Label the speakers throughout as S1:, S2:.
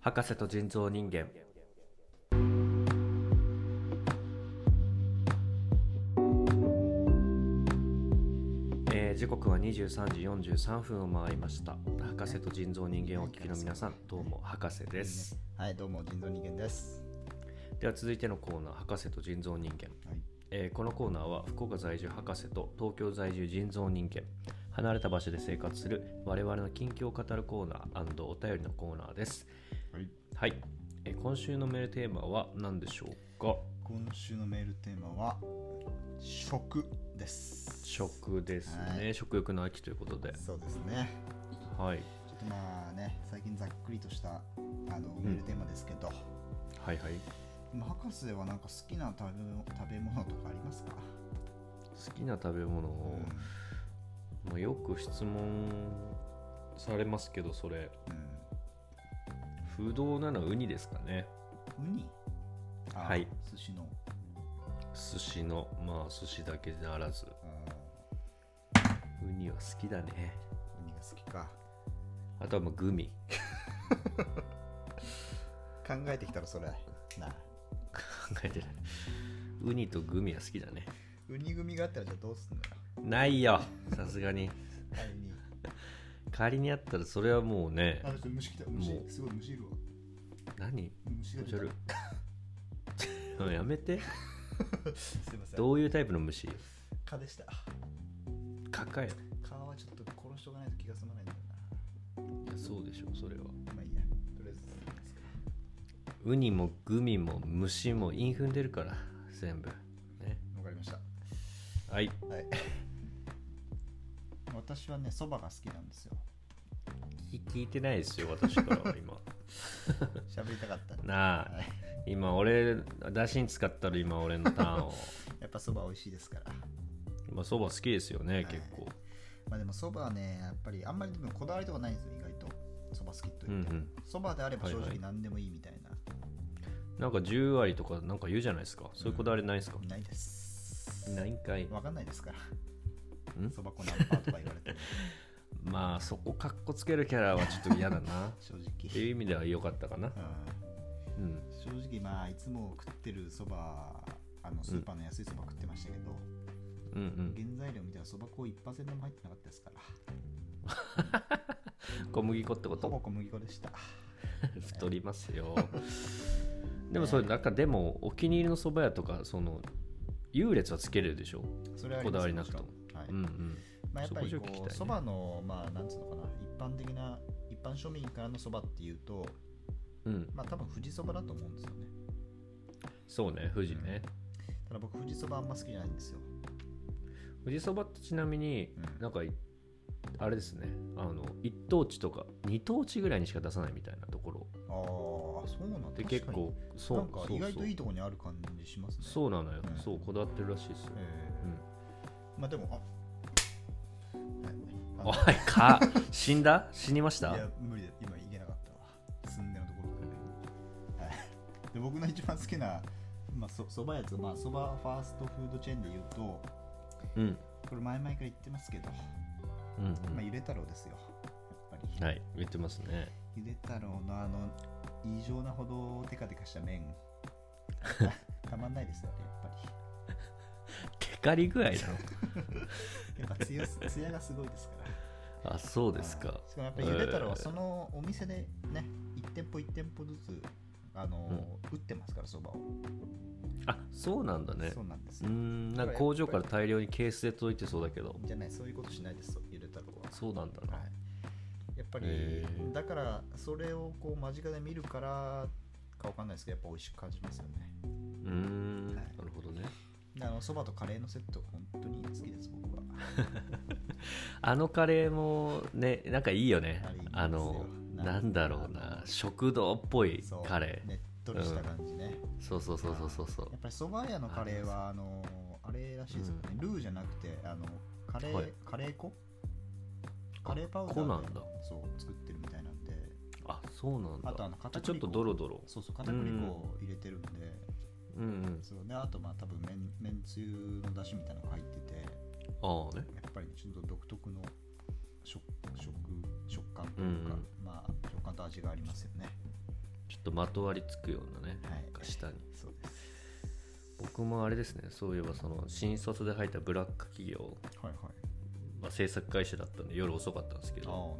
S1: 博士と人造人間えー時刻は23時43分を回りました博士と人造人間をお聞きの皆さんどうも博士です
S2: はい、どうも、人造人間です。
S1: では続いてのコーナー博士と人造人間
S2: はい、
S1: えーこのコーナーは福岡在住博士と東京在住人造人間離れた場所で生活する我々の近況を語るコーナーお便りのコーナーです
S2: はい、
S1: はい、えー今週のメールテーマは何でしょうか
S2: 今週のメールテーマは食です。
S1: 食ですね、
S2: は
S1: 食欲の秋ということで
S2: そうですね。
S1: はい
S2: ちょっとまあね、最近ざっくりとしたあのメールテーマですけど、
S1: はいはい
S2: でも博士はなんか好きな食べ物食べ物とかありますか？
S1: 好きな食べ物
S2: う
S1: を
S2: ん、
S1: まあ、よく質問されますけどそれ不動なのはウニですかね
S2: うんウニ。あ
S1: はい。
S2: 寿司の。
S1: 寿司のまあ寿司だけならず
S2: うん
S1: ウニは好きだね
S2: ウニが好きか。
S1: あとはまあグミ
S2: 考えてきたらそれ。なあ、
S1: 考えてないウニとグミは好きだね
S2: ウニ組があったらじゃあどうすんのよ。
S1: ないよさすが に
S2: 仮に。
S1: 仮にあったらそれはもうね
S2: あ、ちょっと虫来た。
S1: もう
S2: 虫すごい虫いるわ。
S1: 何
S2: 虫が
S1: お
S2: 出
S1: じゃ
S2: た
S1: るやめて
S2: すいません。
S1: どういうタイプの虫
S2: 蚊でした。
S1: 蚊かよ
S2: 蚊はちょっと殺しとかないと気が済まないんだ
S1: い
S2: よ
S1: やそうでしょそれは
S2: な。まあいいや。とりあえず続けますか。
S1: ウニもグミも虫もインフン出るから全部ね
S2: わかりました。
S1: はい
S2: はい。私はね、そばが好きな んですよ。
S1: 聞聞いてないですよ私からは 今
S2: 喋りたかった。
S1: なあ
S2: はい、
S1: 今俺だしに使ったら今俺のターン を
S2: やっぱそば美味しいですから。
S1: まあそば好きですよね
S2: い
S1: 結構
S2: まあでもそばはね、やっぱりあんまりでもこだわりとかないんですよ、意外と。そば好きと
S1: うんう
S2: 言って。
S1: ん
S2: そばであれば正
S1: はいは
S2: 直
S1: い
S2: 何でもいいみたいな。
S1: なんか10割とかなんか言うじゃないですかそういうこだわりないですか、
S2: ないです。
S1: ないんかい
S2: わかんないですから。
S1: ん
S2: そば粉何パーとか言 われても、
S1: まあそこかっこつけるキャラはちょっと嫌だ なっ
S2: 正
S1: ていう
S2: 直。
S1: 意味では良かったかな
S2: うん
S1: うん
S2: 正直まあいつも食ってるそばあのスーパーの安いそば食ってましたけど、
S1: うんうん
S2: 原材料見たらそば粉1%も入ってなかったですから
S1: 小麦粉ってこ
S2: ほぼ
S1: と
S2: 小麦粉でした
S1: 太りますよでもそれなんかでもお気に入りの蕎麦屋とかその優劣はつけれるでしょ
S2: それはあ
S1: こ
S2: ります
S1: だわりなくとも
S2: もちろんはい
S1: うんうん
S2: まあ、やっぱり
S1: そこじゃ聞きた
S2: こ
S1: いね
S2: うそば、のまあなんつうのかな一般的な一般庶民からのそばっていうと
S1: うん
S2: まあ多分富士そばだと思うんですよね
S1: そうね富士ね
S2: ただ僕富士そばあんま好きじゃないんですよ
S1: 富士そばってちなみに
S2: うん
S1: なんかいあれですねあの一等地とか二等地ぐらいにしか出さないみたいなところ
S2: ああそうなん
S1: で
S2: だ
S1: 結構そ
S2: なん
S1: う
S2: か
S1: そう
S2: 意外
S1: そ
S2: と
S1: う
S2: いいとこにある感じしますねう、
S1: そうなのよ
S2: ん
S1: そうこだわってるらしいですよ
S2: え
S1: うん
S2: ーまあでもあはいあの
S1: おい、か、死んだ死にました
S2: いや無理だ今行けなかったわ住んでのところからね、はい、で僕の一番好きなまあ、そそばやつまあそばファーストフードチェーンで言うとこ
S1: うん。
S2: れ前々から言ってますけど、
S1: うん、うん
S2: まあ、ゆで太郎ですよやっぱり、
S1: はい、言ってますね。
S2: ゆで太郎のあの異常なほどテカテカし た麺たまんないですよねやっぱ
S1: テカリ具合なの
S2: りやっぱつやつやがすごいですから
S1: あ、そうですか
S2: は。いしかもやっぱりゆで太郎はそのお店でね一店舗一店舗ずつあの、打ってますからそばを、
S1: あ、そうなんだね
S2: そ。うなんです
S1: う
S2: よ
S1: ーん、なんか工場から大量にケースで届いてそうだけど、
S2: じゃないそういうことしないですゆで太郎は、
S1: そうなんだ
S2: は
S1: な。
S2: い、やっぱり、
S1: へー
S2: だからそれをこう間近で見るからかわかんないですけどやっぱ美味しく感じますよね
S1: うーん、
S2: は
S1: ないるほどね。
S2: であのそばとカレーのセット本当に好きです僕は
S1: あのカレーもね、なんかいいよね
S2: あれいいです。よ
S1: あの、
S2: なん
S1: なんだろうな、食堂っぽい
S2: そう
S1: カレ
S2: ねっとりした感じね、
S1: ー。そうそうそうそうそうそう
S2: や。っぱりそば屋のカレーはあのあれらしいですよね、ルーじゃなくてあのカレー、
S1: はい
S2: カレー粉カレーパウダーで
S1: 粉なんだ
S2: そう作ってるみたいなんで
S1: あ、そうなんだ。
S2: あとあの片
S1: あ
S2: 栗粉
S1: ちょっとドロドロ。
S2: そうそう片栗粉を入れてるんで、
S1: うんうん。
S2: そうね、あとまあ多分めんめんつゆの出汁みたいなのが入っててや
S1: ああね。
S2: っぱりちょっと独特の食食食感というか、
S1: うん
S2: まあ食感と味がありますよね
S1: っとまとわりつくようなね、
S2: はい
S1: なんか下に
S2: そうです
S1: 僕もあれですねそういえばその新卒で入ったブラック企業、
S2: はいはい
S1: まあ、制作会社だったんで夜遅かったんですけ
S2: ああ
S1: ど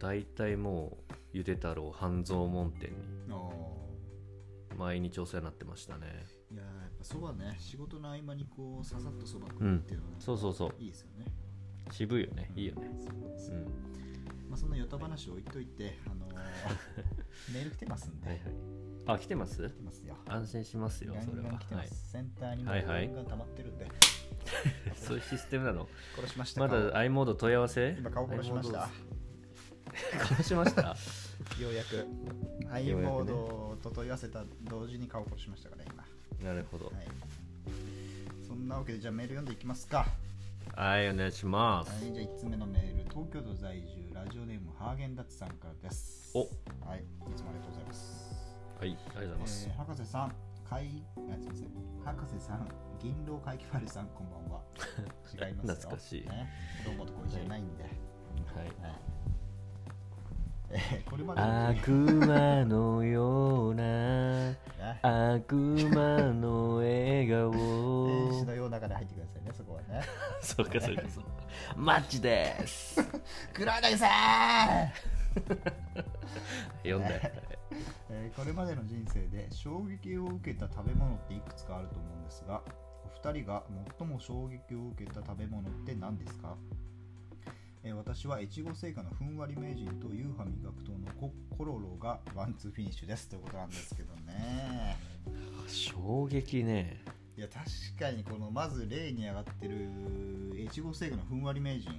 S1: 大体もうゆで太郎半蔵門店に
S2: なるほどああ
S1: 毎日お世話になってましたね
S2: いやーやっぱそばね仕事の合間にこうささっとそば食うっていうのは、
S1: そうそうそう
S2: いいですよね
S1: 渋いよねいいよね
S2: そうなんです
S1: う
S2: よ
S1: ん
S2: まあ、そんなヨタ話置いといて あのーメール来てますんで、
S1: はいはいあ来てます
S2: 来てますよ
S1: 安心しますよ
S2: ガ
S1: それ
S2: ンガン
S1: は
S2: 来てま
S1: はい
S2: す、センターにも
S1: はいはい
S2: が溜まってるんで、
S1: そういう システムなの
S2: 殺しました
S1: ま
S2: 顔
S1: だ i モード問い合わせ
S2: 今顔殺しました
S1: i モード殺しました
S2: ようやく i
S1: ようやくね
S2: モードと問い合わせた同時に顔殺しましたから今、
S1: なるほど
S2: はい、そんなわけでじゃあメール読んでいきますか
S1: はいお願いしま
S2: は
S1: す
S2: い、じゃあ1つ目のメール、東京都在住、ラジオネーム、ハーゲンダッツさんからです。
S1: お
S2: はい、いつもありがとうございます。
S1: はいありがとうございます
S2: えー博士さん、かい、あ、すみません。博士さん、銀狼会議ファルさん、こんばん は。違いますよ。
S1: 懐かしい
S2: ね、どうもとこいじゃないんで。はい。
S1: はい
S2: えーこれまでの
S1: 悪魔のような
S2: ね
S1: 悪魔の笑
S2: 天使
S1: 顔
S2: のようなから入ってくださいね、そこはね。
S1: そうかそうかそうかマッチです
S2: 黒柳さん
S1: 読んだよ
S2: えーこれまでの人生で衝撃を受けた食べ物っていくつかあると思うんですがお二人が最も衝撃を受けた食べ物って何ですか、えー私は越後製菓のふんわり名人と夕飯味学糖のココロロがワンツーフィニッシュですということなんですけどね
S1: 衝撃ね
S2: いや確かにこのまず例に上がってる越後製菓のふんわり名人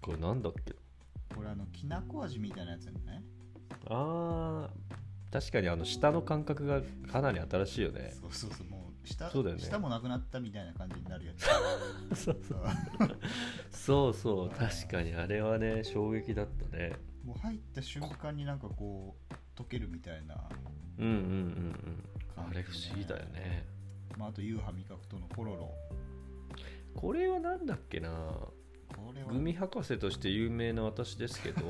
S1: これなんだっけ
S2: これあのきなこ味みたいなやつだよね
S1: あー確かにあの下の感覚がかなり新しいよね
S2: そうそうそうもう舌
S1: そうだよね
S2: 舌もなくなったみたいな感じになるやつ
S1: そう
S2: そう
S1: そうそう確かにあれはね衝撃だったね
S2: もう入った瞬間になんかこう溶けるみたいな、
S1: うんうんうんうんあれ不思議だよね
S2: まあ、あと夕飯味覚とのコロロ
S1: これはなんだっけな
S2: これは
S1: グミ博士として有名な私ですけど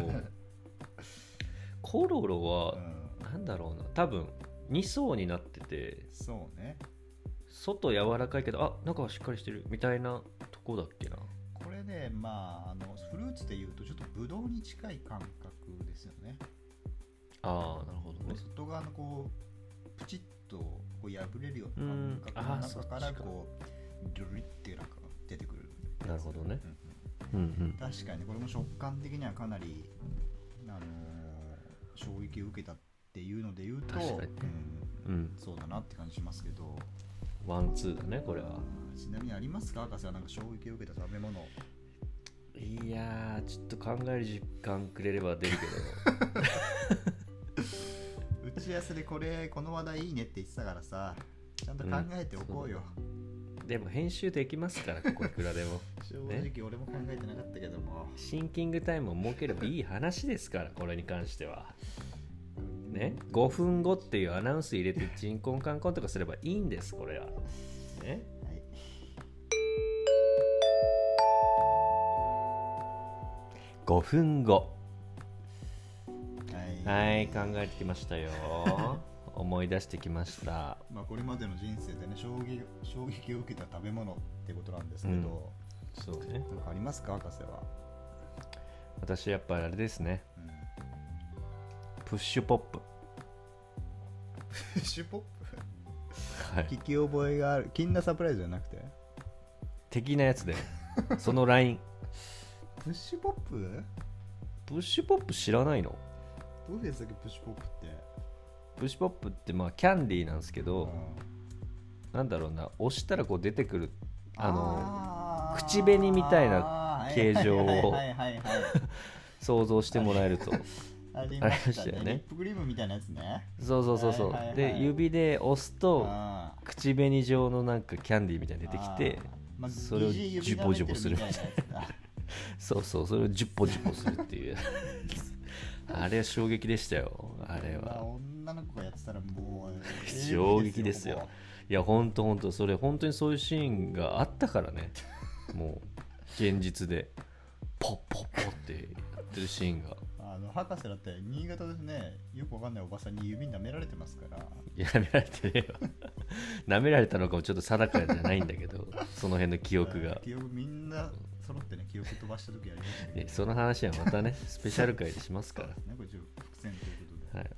S1: コロロ
S2: う
S1: は
S2: ん
S1: なんだろうな多分2層になってて
S2: そうね
S1: 外柔らかいけどあ中はしっかりしてるみたいなとこだっけな
S2: これでまああのフルーツでいうとちょっとブドウに近い感覚ですよね
S1: ああなるほどね
S2: 外側のこうプチッとこう破れるよう
S1: う
S2: なん感覚の
S1: あー
S2: 中か
S1: そ
S2: ら
S1: っちか
S2: こうドゥルリってなんか出てくる
S1: なるほどね
S2: うんうん
S1: うんうん
S2: 確かにこれも食感的にはかなり、あのー衝撃を受けたっていうので言うと、
S1: 確かに
S2: う
S1: うんん
S2: そうだなって感じしますけど
S1: ワンツーだねこれは
S2: ちなみにありますか博士はなんか衝撃を受けた食べ物
S1: いやーちょっと考える時間くれれば出るけ
S2: 打ち合わせでこれこの話題いいねって言ってたからさちゃんと考えておこうよ、
S1: ど でも編集できますからここいくらで もね
S2: 正直俺も考えてなかったけども、
S1: シンキングタイムを設ければいい話ですからこれに関しては
S2: うん
S1: ね5分後っていうアナウンス入れてチンコンカンコンとかすればいいんですこれはね
S2: はい
S1: 5分後
S2: はい
S1: はい考えてきましたよ思い出してきました
S2: まあ、これまでの人生でね衝撃衝撃を受けた食べ物ってことなんですけど、
S1: そうね
S2: なんかありますか博士 は、
S1: 私やっぱあれですね
S2: うん
S1: プッシュポップ
S2: プッシュポッ
S1: は
S2: プ
S1: い
S2: 聞き覚えがある金なサプライズじゃなくて
S1: 的なや つでそのライン
S2: プッシュポップ
S1: プッシュポップ知らないの
S2: どういうやつだっけプッシュポップって
S1: プッシュポップってまあキャンディーなんですけど、
S2: うん
S1: なんだろうな押したらこう出てくるあの
S2: あー
S1: 口紅みたいな形状を
S2: はいはいはいはいはい
S1: 想像してもらえると
S2: ありました
S1: ありました
S2: ね
S1: よ
S2: リ
S1: ね
S2: ップクリームみたいなやつね
S1: そうそうそうそう、
S2: はいはいはい
S1: で指で押すと
S2: あー
S1: 口紅状のなんかキャンディーみたいに出てきて
S2: あーまあ
S1: それを
S2: 疑似指舐めてるみたいなやつだ
S1: そうそうそれをジュッポジュッポするって いうあれは衝撃でしたよ あれ
S2: まあ
S1: は
S2: 女の子がやってたらも う
S1: 衝撃です
S2: こ
S1: よ
S2: こ
S1: いやほんとほんとそれ本当にそういうシーンがあったから ねもう現実でポッポッポッってやってるシーンが
S2: ああの博士だって新潟ですねよくわかんないおばさんに指舐められてますから
S1: いや舐められてねえわ 舐められたのかもちょっと定かじゃないんだけどその辺の記憶が、
S2: 記憶みんな揃ってね記憶飛ばした時ありましたけど
S1: ね、その話はまたねスペシャル回でしますから
S2: そう、ですねこれちょっと伏線ということで、
S1: はい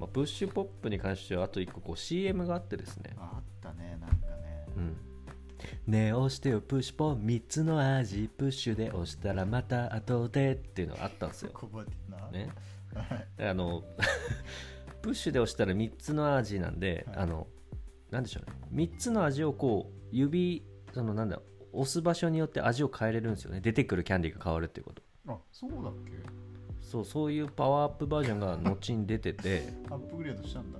S1: まあ、プッシュポップに関してはあと1個こう CM があってですね、
S2: ああったねなんかね
S1: うん、ねえ押してよプッシュポン3つの味プッシュで押したらまた後でっていうのがあったんですよ、
S2: 覚えてるな、
S1: ね、
S2: はい
S1: あのプッシュで押したら3つの味なんで、
S2: はい
S1: あのなんでしょうね3つの味をこう指そのなんだ押す場所によって味を変えれるんですよね出てくるキャンディーが変わるっていうこと
S2: あそうだっけ
S1: そうそういうパワーアップバージョンが後に出てて
S2: アップグレードしたんだ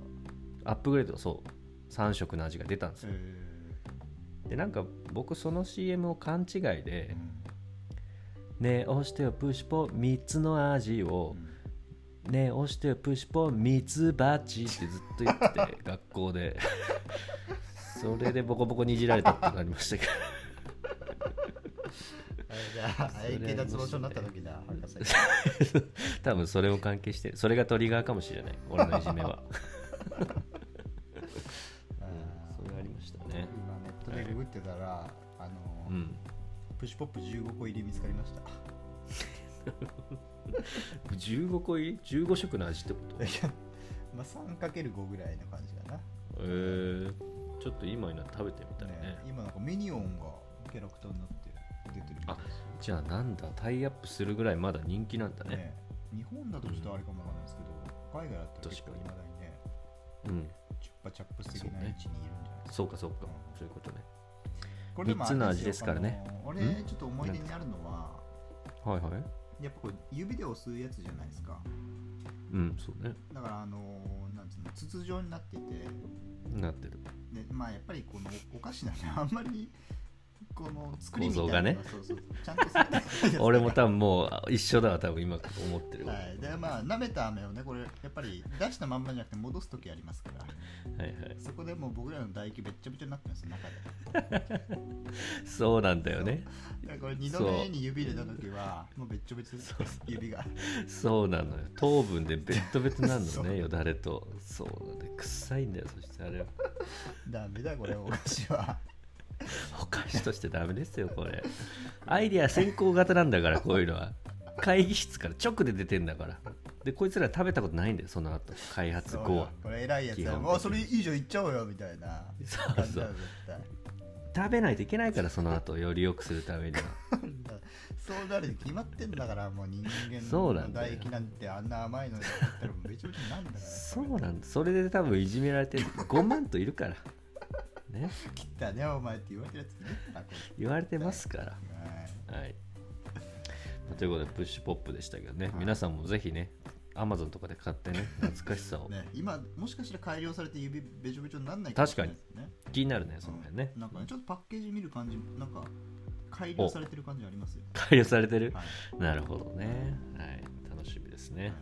S1: アップグレードそう3色の味が出たんです
S2: え
S1: よでなんか僕その CM を勘違い
S2: ー
S1: で
S2: う
S1: 「
S2: ん
S1: ねえ押してよプッシュポ3つの味を
S2: うん
S1: ねえ押してよプッシュポミツバチ」ってずっと言 ってて学校でそれでボコボコにいじられたってなりました けど
S2: あれじゃあ
S1: それ
S2: 愛犬脱毛症になった時だ博士
S1: 多分それを関係してるそれがトリガーかもしれない俺のいじめ は
S2: あー
S1: それありましたね
S2: 今ネットでググってたら、あの、
S1: うん
S2: プッシュポップ15個入り見つかりました
S1: 15個入り15色の味ってこと
S2: いやまあ 3×5 ぐらいの感じか
S1: えー、ちょっと今になって食べてみた、
S2: ない
S1: ね
S2: ね今なんかミニオンがキャラクターになって出てるみたいです
S1: じゃあなんだタイアップするぐらいまだ人気なんだね
S2: ね日本だとちょっとあれかもわかんないですけど、海外だったら結構い
S1: 確
S2: まだにね
S1: うん
S2: チュッパチャップス的
S1: そう
S2: な
S1: ね
S2: 位置にいるんじゃないですか
S1: そうかそうかそういうことね
S2: これでもあれ
S1: 三つの味ですからね
S2: あの俺
S1: ん
S2: ちょっと思い出にあるのは
S1: はいはい
S2: やっぱこう指で押すやつじゃないですか
S1: うんそうね
S2: だからあのなんつうの筒状になってて
S1: なってる
S2: でまあやっぱりこのお菓子なんであんまりこの作りみたい
S1: 構造が
S2: なの
S1: ね
S2: がそうそうそうちゃんとされてないじゃないですか
S1: 俺も多分もうあ一緒だわ多分今思ってる、
S2: はい、でまあ舐めた飴をねこれやっぱり出したまんまじゃなくて戻す時ありますから
S1: はいはい
S2: そこでもう僕らの唾液べっちゃべちゃになってます中で
S1: そうなんだよね
S2: だからこれ2度目に指入れた時はもうべっちゃべちゃです指が
S1: そうなのよ糖分でベットベトな
S2: そ
S1: の
S2: う
S1: ねよだれとそうなんだよ臭いんだよそしてあれは
S2: ダメだこれお菓子は
S1: お菓子としてダメですよこれアイディア先行型なんだからこういうのは会議室から直で出てんだからでこいつら食べたことないんだよその後開発
S2: そう
S1: 後は
S2: これ偉いやつ
S1: 基本
S2: だ
S1: 的に
S2: もうそれ以上いっちゃおうよみたいな
S1: そう
S2: 感じ
S1: そ
S2: だ
S1: う
S2: よ絶対
S1: 食べないといけないからその後より良くするためには
S2: そうなるに決まってんだからもう人間
S1: そうな
S2: の
S1: んだよ
S2: 唾液なんてあんな甘いのにだったらもうべちゃべちゃになんだから
S1: そうなんだそれで多分いじめられてる5万といるからね
S2: 切ったねお前って言われてるやついるからこれ
S1: 言われてますから
S2: はい
S1: はいまあということでプッシュポップでしたけどね皆さんもぜひね Amazon とかで買 ってね懐かしさを
S2: ね、今もしかしたら改良されて指べちょべちょにならないですね
S1: 気になるねその辺ね
S2: うんなんかねちょっとパッケージ見る感じなんか改良されてる感じありますよ、
S1: 改良されてる
S2: はい
S1: なるほどねはい楽しみですね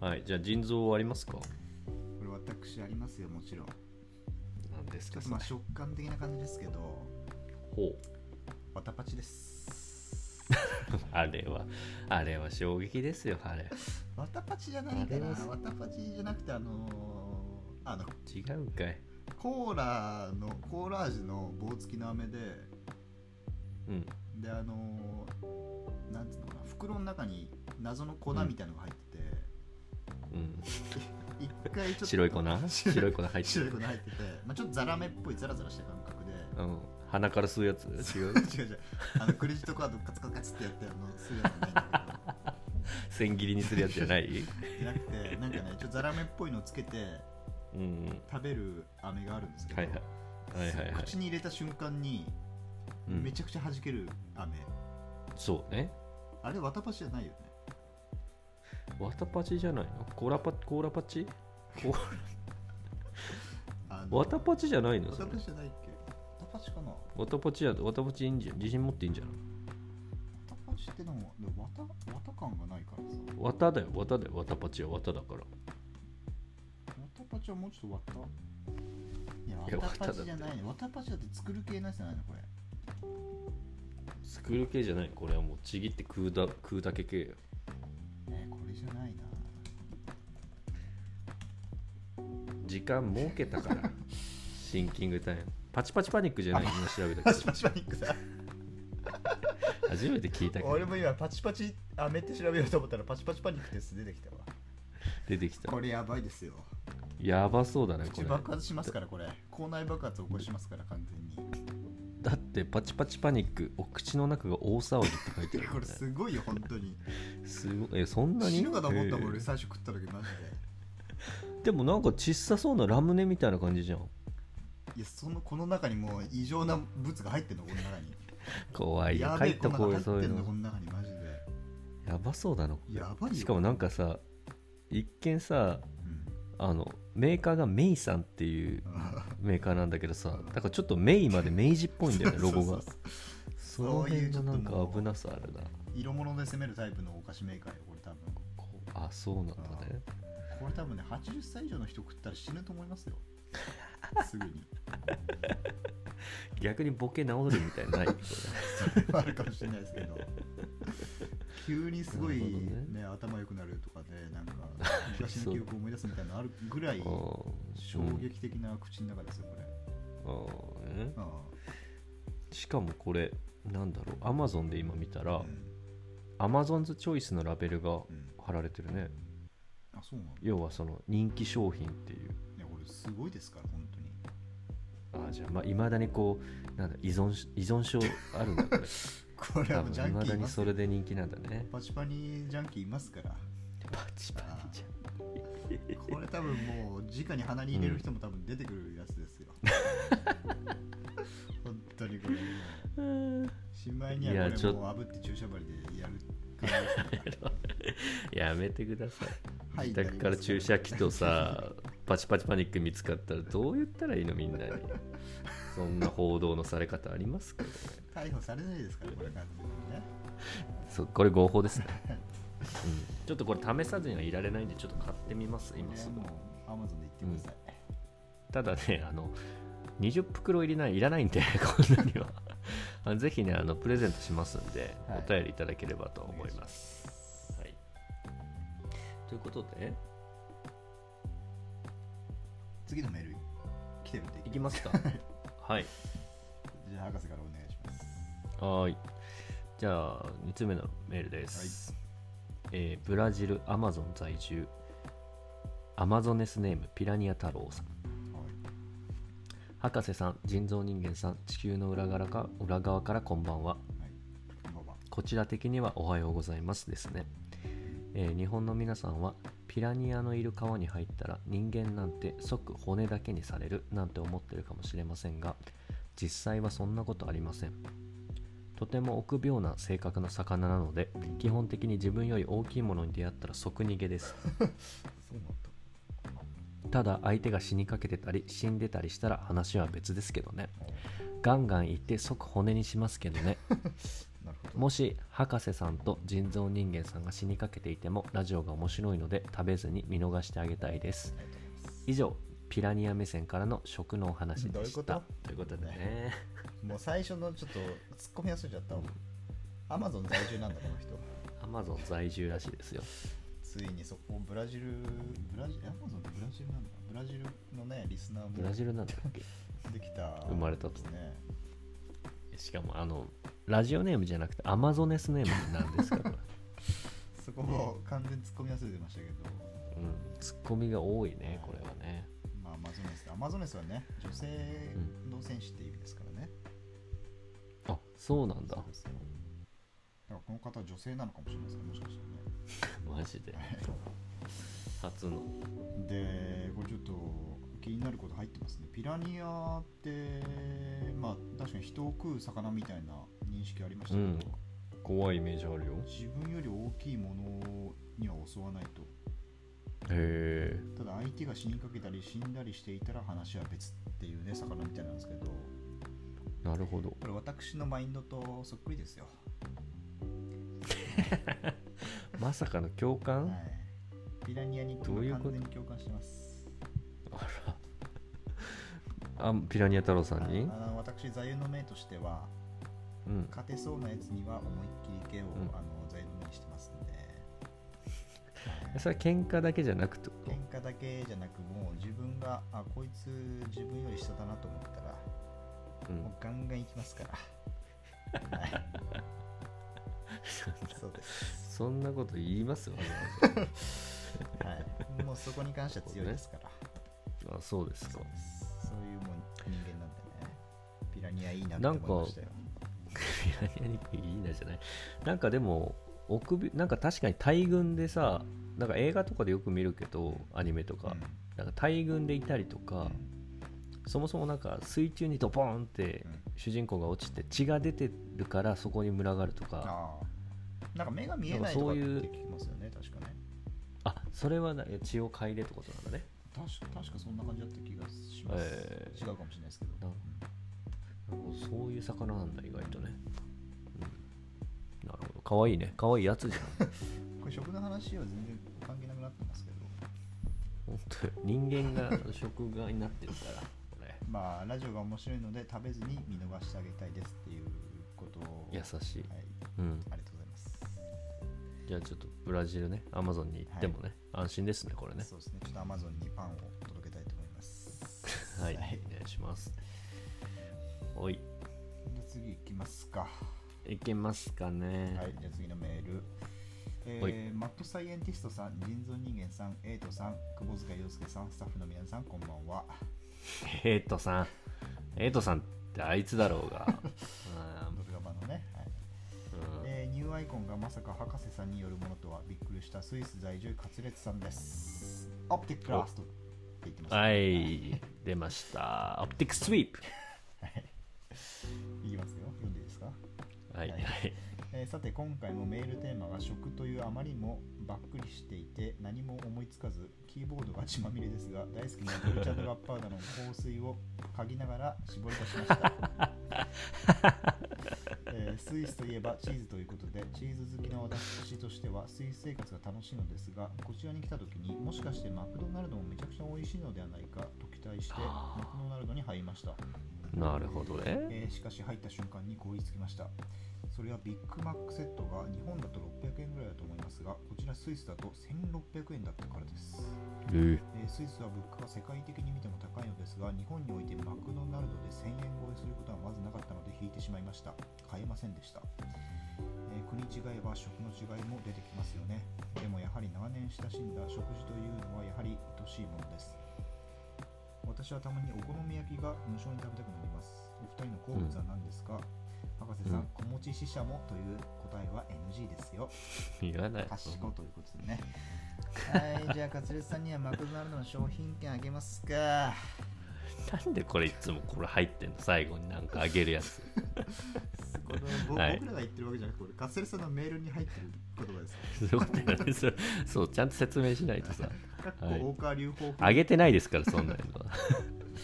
S1: はいじゃあ腎臓ありますか
S2: これ私ありますよもちろん
S1: なんです
S2: ち
S1: か
S2: ょっとまあ
S1: そ
S2: 食感的な感じですけど
S1: れほう
S2: わたパチです
S1: あれはあれは衝撃ですよあれ
S2: わたパチじゃないかな
S1: あれは
S2: わたパチじゃなくてあのーあの
S1: 違うんかい
S2: コーラのコーラ味の棒付きの飴で
S1: うん
S2: であのーなんつうのかな袋の中に謎の粉みたいなのが入ってて、
S1: うん
S2: 一回ちょっと
S1: 白い粉白い粉入って
S2: 白い
S1: る
S2: 粉入ってて、まあ、ちょっとザラメっぽいザラザラした感覚で
S1: うん鼻から吸うやつ違う
S2: 違う違うあのクレジットカードカツカツカツってやってあのするやつないんだ
S1: 千切りにするやつじゃない
S2: けどじゃなく てなんかねちょっとザラメっぽいのをつけて
S1: うんうん
S2: 食べる飴があるんですけど、
S1: はいはいはいはいはい
S2: 口に入れた瞬間に
S1: うん
S2: めちゃくちゃ弾ける飴、
S1: そうね
S2: あれわたパシじゃないよね
S1: わたパチじゃないのコーラパコーラパチコー
S2: あ
S1: ラわたパチじゃないの
S2: わ
S1: そ
S2: た
S1: れ
S2: パシじゃないっけわたパシかなわ
S1: わたパチやわたパチいいんじゃん自信持っていいんじゃん
S2: たパシってでもでもわたわた感がないからさ
S1: わただよわただよわたパチはわただから
S2: わたパチはもうちょっとわた
S1: い
S2: いや
S1: や
S2: わたパ
S1: わただっ
S2: チ
S1: て
S2: じゃないねわたパチだって作る系のやつじゃないのこれ
S1: スクール系じゃないこれはもうちぎって食うだ食うだけ系よ
S2: えーれじゃないな
S1: 時間設けた からシンキングタイムパチパチパニックじゃない今調べた
S2: パ
S1: け
S2: チパチパニックさ
S1: ど初めて聞い たけど
S2: 俺も今パチパチあめって調べようと思ったらパチパチパニックです出てきたわ
S1: 出てきた
S2: これやばいですよ
S1: やばそうだねこ
S2: 口
S1: れ
S2: 爆発しますからこれ口内爆発起こしますから完全に
S1: だってパチパチパニックお口の中が大騒ぎって書いてある
S2: こ
S1: み
S2: れ
S1: たい
S2: すごいよ本当に
S1: すごいえそんなに
S2: 死ぬかと思ったもん
S1: へ
S2: 俺
S1: え
S2: 最初食った時マジで
S1: でもなんか小さそうなラムネみたいな感じじゃん
S2: いやそのこの中にもう異常な物が入ってんのこの中に
S1: 怖いよ
S2: やべ
S1: 帰
S2: え
S1: っとこうよ
S2: こ
S1: そ
S2: ん
S1: ういう
S2: なの入ってんの
S1: の
S2: この中にマジで
S1: やばそうだなこれ
S2: やばいよ
S1: しかもなんかさ一見さ
S2: うん
S1: あのメーカーがメイさんっていうメーカーなんだけどさだからちょっとメイまで明治っぽいんだよねロゴが
S2: そうそう
S1: そ
S2: そうそう
S1: の
S2: い
S1: 辺
S2: うちょ
S1: の
S2: っと
S1: なんか
S2: もう
S1: 危なさあるな
S2: 色物で攻めるタイプのお菓子メーカーよこれ多分
S1: こうあそうなんだね
S2: これ多分ね80歳以上の人食ったら死ぬと思います よすぐに
S1: 逆にボケ直るみたいなの ないこ
S2: それはあるかもしれないですけど急にすごい、
S1: なる
S2: ね
S1: ほ
S2: 頭良くなるとかでなんか 昔の記憶を思い出すみたいなのあるぐらい
S1: れうん
S2: 衝撃的な口の中ですよこ
S1: う
S2: れ
S1: んうん
S2: あ
S1: しかもこれなんだろうアマゾンで今見た
S2: あ
S1: ら
S2: うん
S1: アマゾンズチョイスのラベルが
S2: うん
S1: 貼られてるね
S2: あそうなんだい
S1: 要はその人気商品っていう
S2: やこれすごいですから本当に
S1: あじゃあまあいまだにこうなんだ依存し依存症あるんだ これ
S2: これ
S1: 多
S2: はもうジャ
S1: 分い
S2: ン
S1: ま
S2: キ
S1: だ
S2: ーい
S1: に
S2: ます
S1: そ
S2: よ
S1: れで人気なんだね
S2: パチパニジャンキーいますから
S1: パチパチじゃん
S2: これ多分もう直に鼻に入れる人も多分出てくるやつです よ、本当にこれもう新米にはい
S1: や
S2: こ
S1: ち
S2: れ
S1: ょ
S2: もう炙って注射針でやる感じですね
S1: やめてください
S2: はい
S1: 自宅から注射器と さパチパチパニック見つかったらどう言ったらいいのみんなにそんな報道のされ方ありますか
S2: 逮捕されないですからこれ完全にね
S1: そうこれ合法 ですね、うん、ちょっとこれ試さずにはいられないんでちょっと買ってみます今す
S2: ね
S1: ぐ
S2: もうアマゾンで行ってください、
S1: ただねあ の20袋入りないいらないんで こんなにはあのぜひねあのプレゼントしますんで、
S2: はい
S1: お便りいただければと思いますはい、ということで
S2: 次のメール来てるんで
S1: いきますか はい
S2: じゃあ博士からお願いします
S1: はーい。じゃあ、2つ目のメールです。えーブラジル・アマゾン在住、アマゾネスネームピラニア太郎さん。
S2: はい
S1: 博士さん、人造人間さん、地球の裏側か裏側からこんばんは。
S2: はいこんばんは
S1: こちら的にはおはようございますですね。えー日本の皆さんはピラニアのいる川に入ったら人間なんて即骨だけにされるなんて思ってるかもしれませんが実際はそんなことありませんとても臆病な性格の魚なので基本的に自分より大きいものに出会ったら即逃げです
S2: そうなんだ
S1: ただ相手が死にかけてたり死んでたりしたら話は別ですけどねガンガン行って即骨にしますけどね
S2: なるほど
S1: もし博士さんと人造人間さんが死にかけていてもラジオが面白いので食べずに見逃してあげたいです以上ピラニア目線からの食のお話でした
S2: どういうこと
S1: いうことでね
S2: もう最初のちょっとツッコミ忘れちゃったわアマゾン在住なんだこの人
S1: アマゾン在住らしいですよ
S2: ついにそこブラジルブラジルアマゾンってブラジルなんだブラジルのねリスナー
S1: ブラ
S2: も
S1: ジルなんだっけ
S2: できた
S1: 生まれたと
S2: ですね
S1: しかもあのラジオネームじゃなくてアマゾネスネームなんです から、
S2: そこも完全にツッコミ忘れてましたけど
S1: うん、ツッコミが多いねこれはね
S2: まあアマゾネスアマゾネスはね女性の戦士っていう意味ですからね、
S1: あそうなんだ
S2: そうですよだからこの方は女性なのかもしれないですねもしかしたらね
S1: マジで初の
S2: でこれちょっと気になること入ってますねピラニアってまあ確かに人を食う魚みたいな認識ありましたけど、
S1: うん怖いイメージあるよ
S2: 自分より大きいものには襲わないと
S1: へえ
S2: ただ相手が死にかけたり死んだりしていたら話は別っていうね魚みたいなんですけど
S1: なるほど
S2: これ私のマインドとそっくりですよ、
S1: まさかの共
S2: は
S1: 感、
S2: い、ピラニアに
S1: どういうこ
S2: 完
S1: と
S2: 全に共感してます
S1: あピラニア太郎さん
S2: は
S1: に、
S2: いあの私座右の銘としては
S1: うん、
S2: 勝てそうなやつには思いっきり毛を、
S1: ん
S2: あの座右の銘にしてますんで
S1: それは喧嘩だけじゃなくて
S2: 喧嘩だけじゃなくもう自分があこいつ自分より下だなと思ったら
S1: うん
S2: もうガンガンいきますから、 はい、そうです、
S1: そんなこと言いますわざわ
S2: はい、もうそこに関しては強いですから
S1: ざあそうです
S2: そ
S1: か
S2: うですそういうもう人間なんでねピラニアいいなって思いましたよ
S1: ピラニア肉いいなじゃないなんかでも臆病なんか確かに大群でさなんか映画とかでよく見るけどアニメとか、なんか大群でいたりと
S2: うん
S1: か、そもそもなんか水中にドポンって
S2: うん
S1: 主人公が落ちて血が出てるからそこに群がるとか
S2: ああなんか目が見えないとかって聞きますよね確かね
S1: あそれはなえ血を嗅いでってことなんだね
S2: 確か確かそんな感じだった気がします、
S1: えー
S2: 違うかもしれないですけ
S1: な
S2: ど、うん
S1: そういう魚なんだ意外とね、うん、なるほどかわいいねかわいいやつじゃん
S2: これ食の話は全然関係なくなってますけど
S1: 本当よ人間が食害になってるからこれ
S2: まあラジオが面白いので食べずに見逃してあげたいですっていうことを
S1: 優しい、
S2: はい、
S1: うん、
S2: ありがとうございます、
S1: じゃあちょっとブラジルねアマゾンに行ってもね、安心ですねこれね
S2: そうですねちょっとアマゾンにパンを届けたいと思いま す
S1: はい、お願いしますおい
S2: じゃあ次行きますか
S1: いけますかね、
S2: はい、じゃあ次のメール。
S1: は
S2: え
S1: い
S2: ー、マットサイエンティストさん、人造人間さん、エイトさん、窪塚洋介さん、スタッフの皆さん、こんばんは。
S1: エイトさんエイトさんってあいつだろう が
S2: ドルガバのね、はい
S1: うんうん
S2: えーニューアイコンがまさか博士さんによるものとはびっくりしたスイス在住、カツレツさんです。オプティックラストって言ってます、ね。
S1: は。い出ましたオプティックスイープ
S2: いきますよ。読んでいいですか、
S1: はい
S2: は
S1: はいい、
S2: えーさて、今回もメールテーマが食というあまりもばっくりしていて何も思いつかず、キーボードが血まみれですが、大好きなドルチャドガッパーダの香水を嗅ぎながら絞り出しました。えースイスといえばチーズということでチーズ好きな私としてはスイス生活が楽しいのですがこちらに来た時にもしかしてマクドナルドもめちゃくちゃ美味しいのではないかと期待して
S1: あー
S2: マクドナルドに入りました、
S1: なるほどね
S2: えーしかし入った瞬間に凍りつきましたそれはビッグマックセットが日本だと600円ぐらいだと思いますがこちらスイスだと1600円だったからです
S1: うん
S2: えースイスは物価が世界的に見ても高いのですが日本においてマクドナルドで1000円超えすることはまずなかったので引いてしまいました買えませんでした、えー国違えば食の違いも出てきますよねでもやはり長年親しんだ食事というのはやはり愛しいものです私はたまにお好み焼きが無償に食べたくなりますお二人の好物は何ですか、博士さん、子持ち死者もという答えは NG ですよ
S1: 言わない
S2: 賢ということでね。はい、じゃあ、カツレツさんにはマクドナルドの商品券あげますか。
S1: なんでこれいつもこれ入ってんの最後になんかあげるや つ
S2: この僕
S1: はい
S2: 僕らが言ってるわけじゃなくて、これカツレツさんのメールに入ってる言葉です。
S1: そういうことだよねそれそうちゃんと説明しないとさ
S2: かっこ
S1: はい
S2: 大川隆法君
S1: あげてないですからそんなのは
S2: ね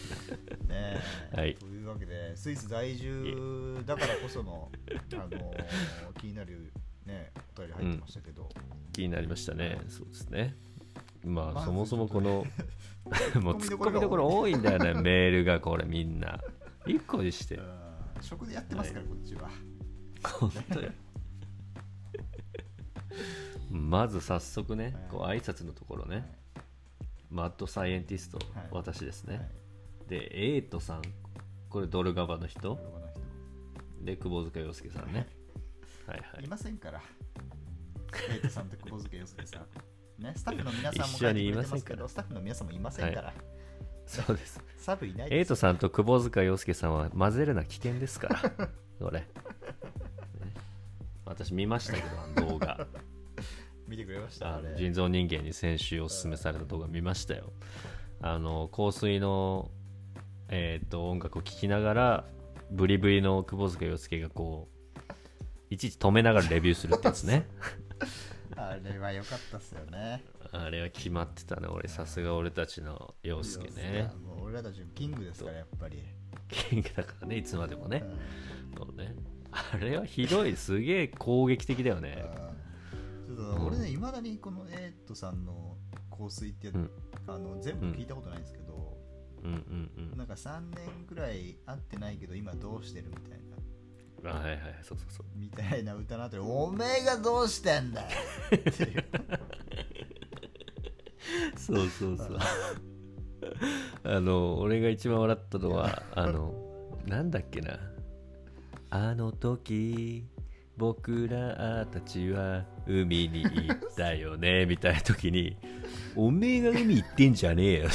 S2: え
S1: はい
S2: というわけで、スイス在住だからこその、あのー気になる、ね、お便り入ってましたけど、
S1: 気になりましたねそうですねま
S2: ま
S1: あ
S2: あ
S1: そもそもこのもうツ
S2: ツ
S1: ッ
S2: ッコ
S1: コミ
S2: ミ
S1: ど
S2: どこ
S1: こ
S2: ろ
S1: ろ多いんだよねメールがこれみんな一個にして
S2: うん食でやってますから、こっちは。
S1: 本当 よまず早速ね
S2: はい、
S1: こう挨拶のところね、マッドサイエンティスト、
S2: はい
S1: 私です
S2: はい
S1: ね、で、エイトさん、これドルガバの人、
S2: 喜ばない人
S1: で、窪塚洋介さんね。はいはいい。
S2: ませんから。エイトさんと久保塚洋介さん。ね、スタッフの皆さんも
S1: 一
S2: 書
S1: 緒
S2: いて
S1: にい
S2: くれ
S1: ま
S2: て
S1: せ
S2: ま
S1: ん
S2: すけ
S1: から
S2: ど、スタッフの皆さんもいませんから、
S1: そうです。
S2: サブいない
S1: エ
S2: で
S1: イ
S2: す。
S1: トさんと窪塚洋介さんは混ぜるな危険ですから、 これ。ね私見ましたけど、あの動画。
S2: 見てくれました
S1: あ
S2: あれ
S1: の人造人間に先週おすすめされた動画見ましたよ。あの香水の、えー、と音楽を聴きながらブリブリの窪塚洋介がこういちいち止めながらレビューするってやつね
S2: あれは良かったっすよね。
S1: あれは決まってたね俺さすが俺たちの洋介
S2: 洋
S1: ね
S2: 介もう俺らたちのキングですから、やっぱり。
S1: キングだからねいつまでもね
S2: うん
S1: そうねあれはひどいすげえ攻撃的だよね
S2: うんちょっと俺ね、いまだにこのエイトさんの香水って、
S1: うん
S2: あの全部聞いたことないんですけど、
S1: うんうん
S2: なんか3年くらい会ってないけど、今どうしてるみたいな。
S1: うんあはいはいそうそうそう
S2: みたいな歌の後に「おめえがどうしてんだよ」っていう
S1: そうそうそう あの俺が一番笑ったのはあのなんだっけなあの時僕らたちは海に行ったよねみたいな時 におめえが海行ってんじゃねえよ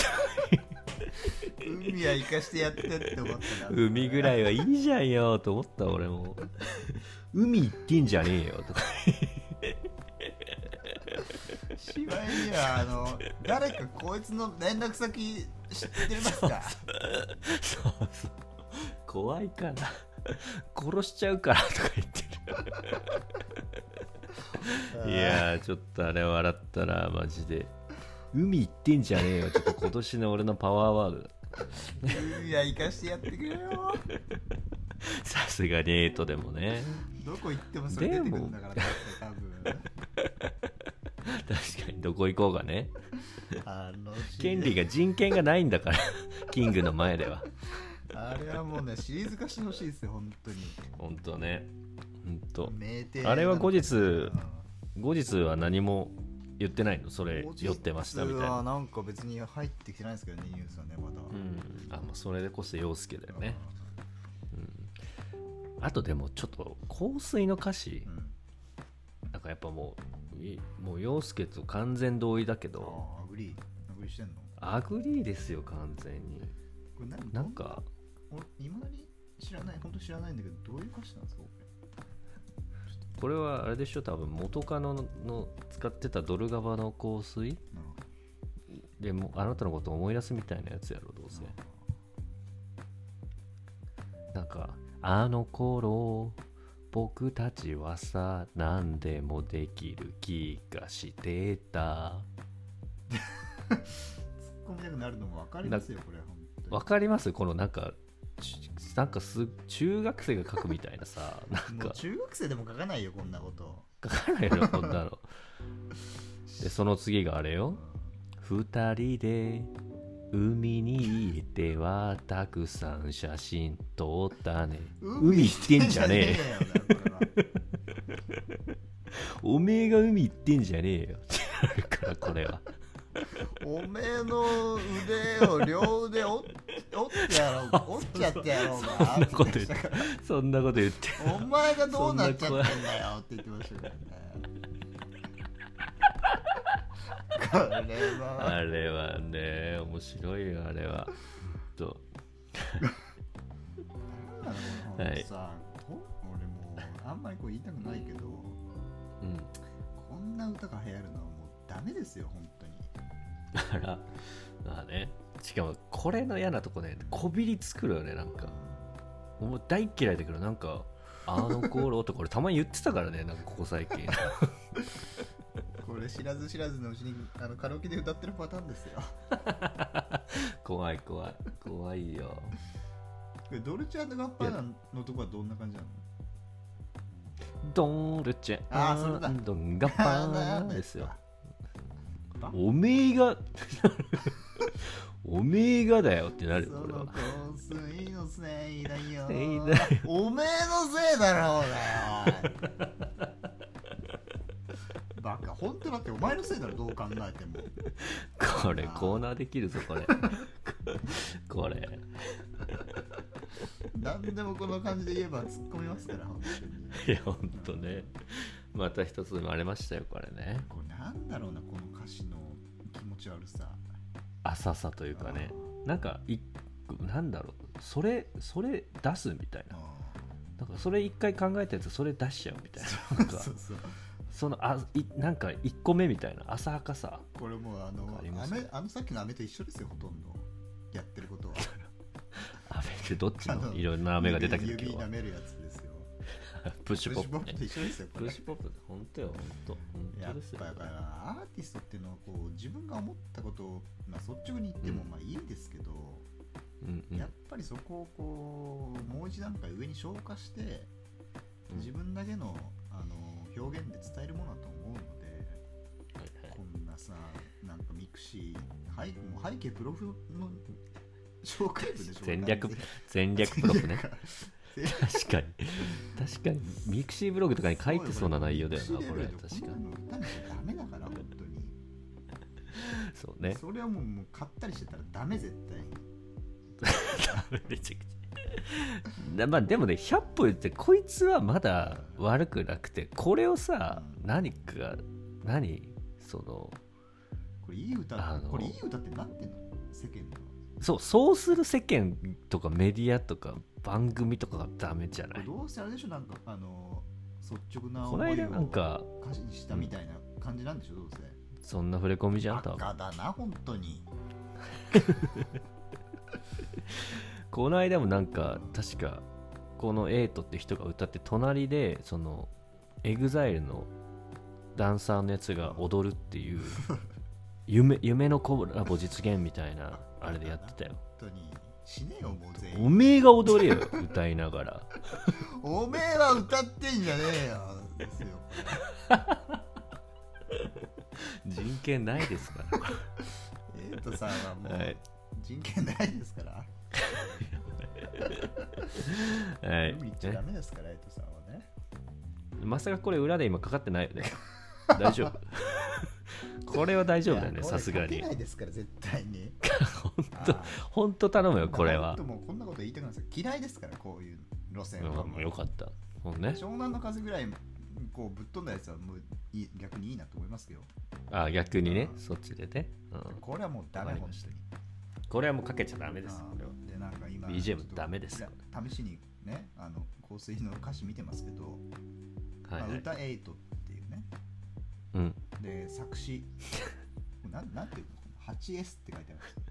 S2: 海は生かしてやってって思ったな
S1: 海ぐらいはいいじゃんよと思った俺も海行ってんじゃねえよとか
S2: しまいにはあの誰かこいつの連絡先知ってますか
S1: そうそう怖いから殺しちゃうからとか言ってるいやーちょっとあれ笑ったらマジで海行ってんじゃねえよちょっと今年の俺のパワーワードだ
S2: 海は生かしてやってくれよ
S1: さすがにエイトでもね
S2: どこ行ってもそれ出てくるんだから多分
S1: 確かにどこ行こうがね
S2: あの
S1: 権利が人権がないんだからキングの前では
S2: あれはもうねシリーズ化してほしいですよ本当に
S1: 本当ね本当
S2: 名店
S1: あれは後日
S2: うん
S1: 後日は何も言ってないのそれ
S2: 後日
S1: 酔ってましたみたい
S2: は
S1: な
S2: なんか別に入ってきてないですけどねニュースはねまだ、
S1: うんあまあそれでこそ陽介だよねあとでもちょっと香水の歌詞
S2: うんうん
S1: なんかやっぱもういもう陽介と完全同意だけど
S2: ああアグリーアグリーしてんの
S1: アグリーですよ完全に
S2: これ何
S1: なんか
S2: いまだに知らない本当知らないんだけどどういう歌詞なんですかこれ
S1: これはあれでしょ多分元カノのの使ってたドルガバの香水
S2: なんか
S1: でもうあなたのことを思い出すみたいなやつやろどうせなんかあの頃僕たちはさ何でもできる気がしてた
S2: 突っ込みたくなるのも分かりますよこれ本当に
S1: わかりますこのなんかちなんかす中学生が書くみたいな さなん
S2: もう
S1: か
S2: 中学生でも書かないよこんなこと
S1: 書かない よこんなのでその次があれよ二人で海に行ってはたくさん写真撮ったね海行ってんじゃねえ
S2: えよなこれは
S1: おめえが海行ってんじゃねえよってなるからこれは
S2: おめえの腕を両腕折っ折ってやろう折っちゃってやろうが
S1: そんなこと言ってそんなこと言って
S2: お前がどうなっちゃってんだよって言ってましたよねこれは
S1: あれはね面白いよあれはとはい
S2: さと俺もうあんまりこう言いたくないけど
S1: うん
S2: こんな歌が流行るのはもうダメですよ本当に
S1: だからまあねしかもこれの嫌なとこねこびりつくるよねなんかもう大嫌いだけどなんかあの頃とか俺たまに言ってたからねなんかここ最近
S2: これ知らず知らずのうちにあのカラオケで歌ってるパターンですよ
S1: 怖い怖い怖いよ
S2: これドルチェガッパーナのとこはどんな感じなの
S1: ドンルチェ
S2: あーそれだ
S1: ドンガッパーンですよ
S2: バ
S1: おめえが おめえがだよってなるよ
S2: そ
S1: 俺
S2: の
S1: は
S2: 香水のせいだよ
S1: せいだ
S2: おめえのせいだろうだよバカ本当だってお前のせいだろどう考えても
S1: これコーナーできるぞこれこれ
S2: 何でもこの感じで言えば突っ込みますから本当に
S1: いやほんとねまた一つ生まれましたよこれね
S2: これなんだろうなこの歌詞の気持ち悪さ
S1: 浅さというかねなんかいなんだろうそれそれ出すみたいな
S2: あ
S1: なんかそれ一回考えたやつそれ出しちゃうみたいな
S2: あ
S1: なんか
S2: そうそう
S1: そのあいなんか一個目みたいな浅はかさ
S2: これもうあ
S1: わ
S2: の
S1: かります
S2: 飴あのさっきの飴と一緒ですよほとんどやってることは
S1: 雨ってどっち
S2: あ
S1: の
S2: の
S1: いろん な雨が出たけど
S2: 指
S1: 今日
S2: 指
S1: は
S2: 舐めるやつですよ
S1: プッシ
S2: プ
S1: ュ
S2: ッ
S1: ポップ
S2: シュポップ
S1: ね
S2: と一緒ですよこ
S1: プ
S2: れ
S1: ッシュポップ本当よ本当
S2: や
S1: 本当で
S2: っ
S1: すよ
S2: ぱだからアーティストっていうのはこう自分が思ったことを、まあ、率直に言っても
S1: うん
S2: まあいいですけど、
S1: うんうん
S2: やっぱりそこをこうもう一段階上に昇華して
S1: うん
S2: 自分だけのあの表現で伝えるものだと思うので
S1: はいはい
S2: こんなさなんかミクシー背もう背景プロフの紹介文でしょ
S1: 戦略
S2: 完全に
S1: 戦略プロップね
S2: 戦略
S1: 確かに確かにミクシーブログとかに書いてそうな内容だよな
S2: ミクシ
S1: こ
S2: ーレ
S1: れ
S2: ベル
S1: 確
S2: で
S1: かに
S2: こんなの歌なんかダメだから本当に
S1: そうね
S2: それはもうもう買ったりしてたらダメ絶対
S1: めちゃくちゃだまあでもね100歩言ってこいつはまだ悪くなくてこれをさ何か何その
S2: これいい歌
S1: あの
S2: これいい歌ってなってんの世間では
S1: そうそうする世間とかメディアとか番組とかがダメじゃ
S2: こ
S1: な
S2: れ
S1: い
S2: どうせあれでしょなんかあの率直な
S1: こ
S2: 思
S1: ない
S2: い
S1: だ
S2: を
S1: なんか
S2: 歌詞にしたみたいな感じなんでしょどうせ
S1: そんな触れ込みじゃん
S2: バ
S1: 多分
S2: カだな本当に
S1: この間もなんか確かこのエイトって人が歌って隣でそのエグザイルのダンサーのやつが踊るって いう夢夢のコラボ実現みたいなあれでやってたよ
S2: 本当に死ねよもう全
S1: お
S2: 員
S1: めえが踊れよ歌いながら
S2: おめえは歌ってんじゃねえよですよ
S1: 人権ないですから
S2: エイトさんはも
S1: は
S2: う
S1: い
S2: 人権ないですから
S1: はい
S2: 海行っちゃダメですからエイトさんはね
S1: まさかこれ裏で今かかってないよね大丈夫 これは大丈夫だよ
S2: い
S1: ね
S2: やこれ
S1: さすが
S2: 書け
S1: に
S2: ないですから絶 対にあ
S1: 本当頼むよ
S2: ー
S1: これは
S2: 本当もうこんなこと言いたくないです嫌いですからこういう路線は、
S1: うんよかったもうね
S2: 湘南の風ぐらいこうぶっ飛んだやつはもういい逆にいいなと思いますけど
S1: あ逆にね
S2: うん
S1: そっちでね、うん、
S2: これはもうダメ
S1: わかり
S2: 本
S1: まし
S2: 当
S1: た
S2: に
S1: これはもうかけちゃダメです
S2: あー
S1: これは
S2: でなんか今
S1: BGM
S2: ちょっと
S1: ダメです
S2: いや試しにねあの香水の歌詞見てますけど
S1: はい、
S2: ま
S1: は
S2: あ、
S1: い
S2: 歌エイトっていうね
S1: うん、
S2: で作詞 なんなんていうの 8S って書いてあるんですよ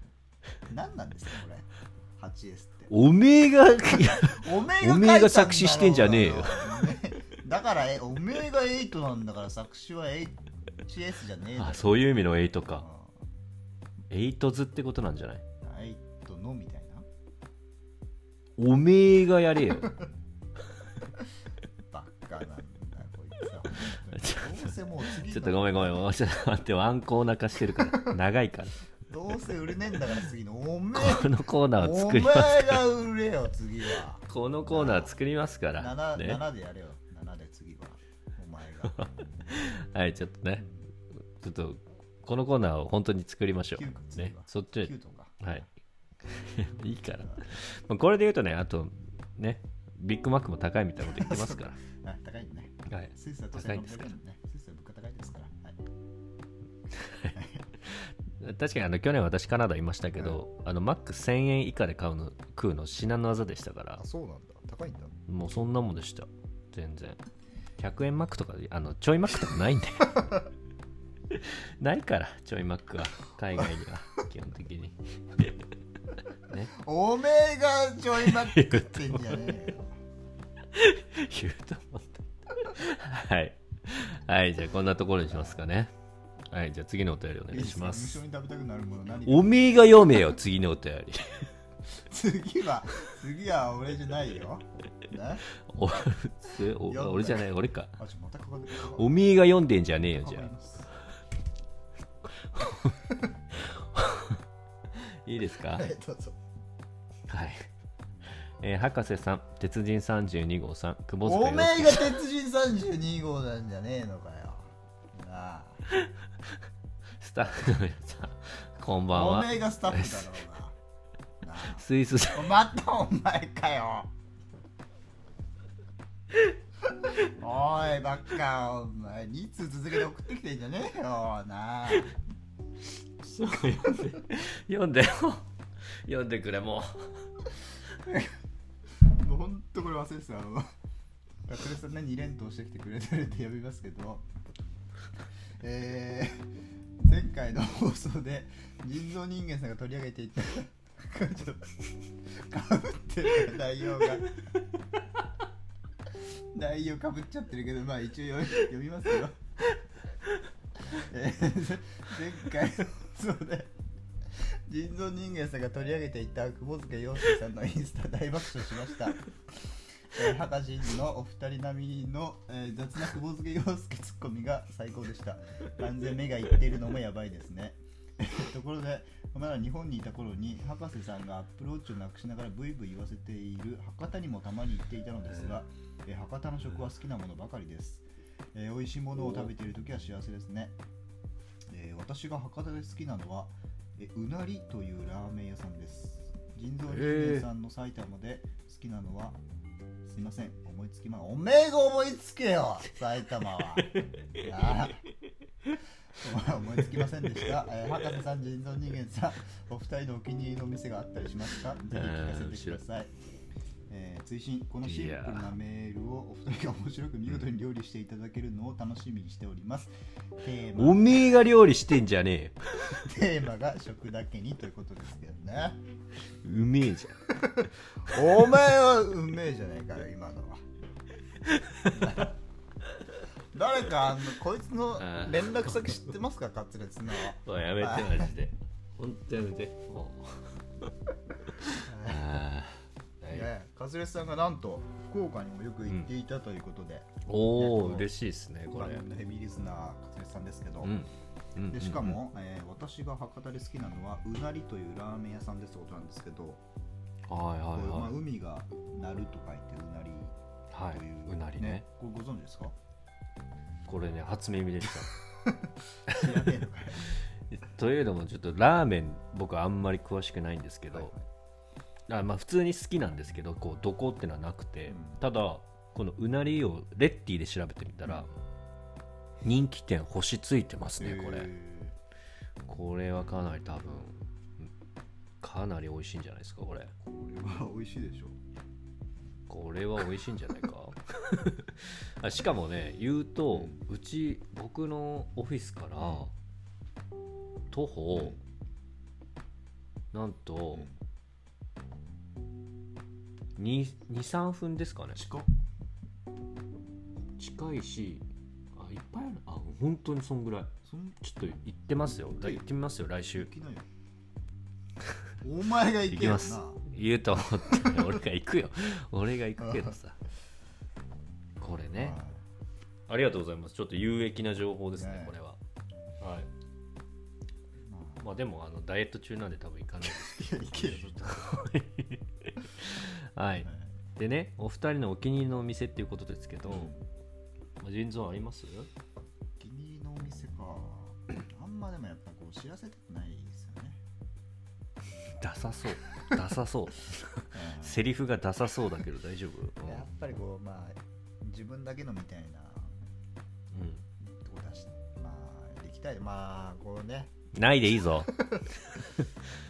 S2: 何なんですかこれ 8S って
S1: おめ えが
S2: おめ
S1: おめえが作詞してんじゃねえよ
S2: だからえおめえがエイトなんだから作詞は 8S じゃねえだろ
S1: あそういう意味のエイト
S2: う
S1: かエイトズってことなんじゃない
S2: んエイトのみたいな
S1: おめえがや れよ
S2: バッカなんだこいつ は本当にどうせもう次の
S1: ちょっとごめんごめんもうちょっと待ってワンコーナー化してるから長いから
S2: どうせ売れねえんだから次のおめ え
S1: このコーナーを
S2: お
S1: 作
S2: 前
S1: ります
S2: が売れよ 次は
S1: このコーナー作りますから
S2: 7,
S1: ね
S2: 7でやれよ7で次はお前が
S1: はいちょっとねちょっとこのコーナーを本当に作りましょ
S2: 9か
S1: うね
S2: 次は
S1: そっち
S2: 9とか
S1: はい いいからまあこれで言うとねあとねビッグマックも高いみたいなこと言ってますか
S2: あ高いね
S1: ら はい
S2: スイスは
S1: 高いですから
S2: 1600円ねスイスは物価高いですからはい
S1: 確かにあの去年私カナダいましたけど、あのマック1000円以下で買うの食うの至難の技でしたから
S2: そうなんだ高いんだ
S1: もうそんなもんでした全然100円マックとかあのちょいマックとかないん だよないからちょいマックは海外には基本的に
S2: おめえがちょいマック食ってんじゃねえよ
S1: 言うと思ったはいはいじゃあこんなところにしますかねはいじゃあ次のお便りお願いしま
S2: いいっ
S1: す
S2: よ無性に食べたくなるもの何か
S1: おめえが読めよ次のお便り
S2: 次は次は俺じゃないよね
S1: おすお
S2: 読んだ
S1: 俺じゃない俺か
S2: あちょまたかかってる
S1: おめえが読んでんじゃねえよじゃ
S2: わかり
S1: あ
S2: ます
S1: いいですか
S2: はいどうぞ
S1: はい。えー博士さん、鉄人32号さん、久保
S2: お
S1: 塚
S2: め
S1: 洋
S2: えが鉄人32号なんじゃねえのかよ。な
S1: スタッフの皆さん、こんば
S2: あ、
S1: ん
S2: お
S1: は。
S2: めえがスタッフだろ うな。なあ
S1: スイスさん、
S2: お、またお前かよ。おい、ばっか、お前、2通続けて送ってきてんじゃねえよ。なあ、
S1: そう読んで、読んでよ。読んでくれ、も
S2: もうほんとこれ忘れてた。あの、学生さんね、2連投してきてくれてるって呼びますけど、えー、前回の放送で人造人間さんが取り上げていたちょっとかぶってるから内容が内容かぶっちゃってるけどまあ一応読み読みますよ、えー前回の放送で人造人間さんが取り上げていた久保塚洋介さんのインスタ大爆笑しましたえー、博士のお二人並みの、えー雑な久保漬洋介ツッコミが最高でした完全目がいってるのもやばいですね ところでまだ日本にいた頃に博士さんがアップローチをなくしながらブイブイ言わせている博多にもたまに行っていたのですが、えー博多の食は好きなものばかりです、えー美味しいものを食べている時は幸せですね、えーえー私が博多で好きなのはえうなりというラーメン屋さんです人造人間さんの埼玉で好きなのは、すいません思いつきまおめえが思いつけよ埼玉 はああ思いつきませんでした、えー博士さん人造人間さんお二人のお気に入りのお店があったりしますかぜひ聞かせてくださいえー追伸このシンプルなメールをお二人が面白く見事に料理していただけるのを楽しみにしておりますテーマ
S1: おめえが料理してんじゃねえよ
S2: テーマが食だけにということですけどね
S1: うめえじ
S2: お前はうめえじゃないかよ今のは誰かあのこいつの連絡先知ってますかカツレツの
S1: ゃんおいやめてマジでほんとやめてもうああはい
S2: ねカツレツさんがなんと福岡にもよく行っていたということで、
S1: おお嬉しいですね
S2: ご
S1: こ
S2: 覧
S1: れ
S2: のヘビーリスナーカツレツさんですけど、
S1: うんうん
S2: でしかも、えー私が博多で好きなのはうなりというラーメン屋さんですってことなんですけど、
S1: うんはいは
S2: こうまあ、
S1: い
S2: 海が鳴ると書いてうなり
S1: はい
S2: と
S1: は
S2: い
S1: い
S2: う、
S1: うなりね
S2: これご存知 ですか
S1: これね初耳でした
S2: 知らねえのかよ
S1: というのもちょっとラーメン僕あんまり詳しくないんですけど、
S2: はいはい
S1: あまあ普通に好きなんですけどこうどこってのはなくて、
S2: うん
S1: ただこのうなりをレッティで調べてみたら、人気店星ついてますねこれ、
S2: え
S1: これはかなり多分かなり美味しいんじゃないですかこれ
S2: ーこれは美味しいでしょ
S1: これは美味しいんじゃ ないかあしかもね言うとうち僕のオフィスから徒歩なんと23分ですかね
S2: 近っ
S1: 近いしあいっぱいあるあ本当にそんぐらい
S2: そん
S1: ちょっと行ってますよだ行ってみますよ来週
S2: 行きなよお前が
S1: 行
S2: 行け
S1: き
S2: よ
S1: ま
S2: な
S1: す言うと思って俺が行くよ俺が行くけど さこれね
S2: は
S1: ありがとうございます。ちょっと有益な情報ですね、
S2: ね
S1: これは。はい。
S2: いまあ
S1: まあでも、あのダイエット中なんで多分行かないです。
S2: いや行けよちょっと
S1: はい。でね、お二人のお気に入りのお店っていうことですけど、まあ腎臓あります
S2: お気に入りのお店かあんまでもやっぱこう知らせたくないですよね
S1: ダサそう。ダサそう。
S2: うん
S1: セリフがダサそうだけど大丈夫、
S2: やっぱりこうまあ自分だけのみたいな
S1: うんうん
S2: とこ出してまあできたいまあこうね
S1: ないでいいぞ。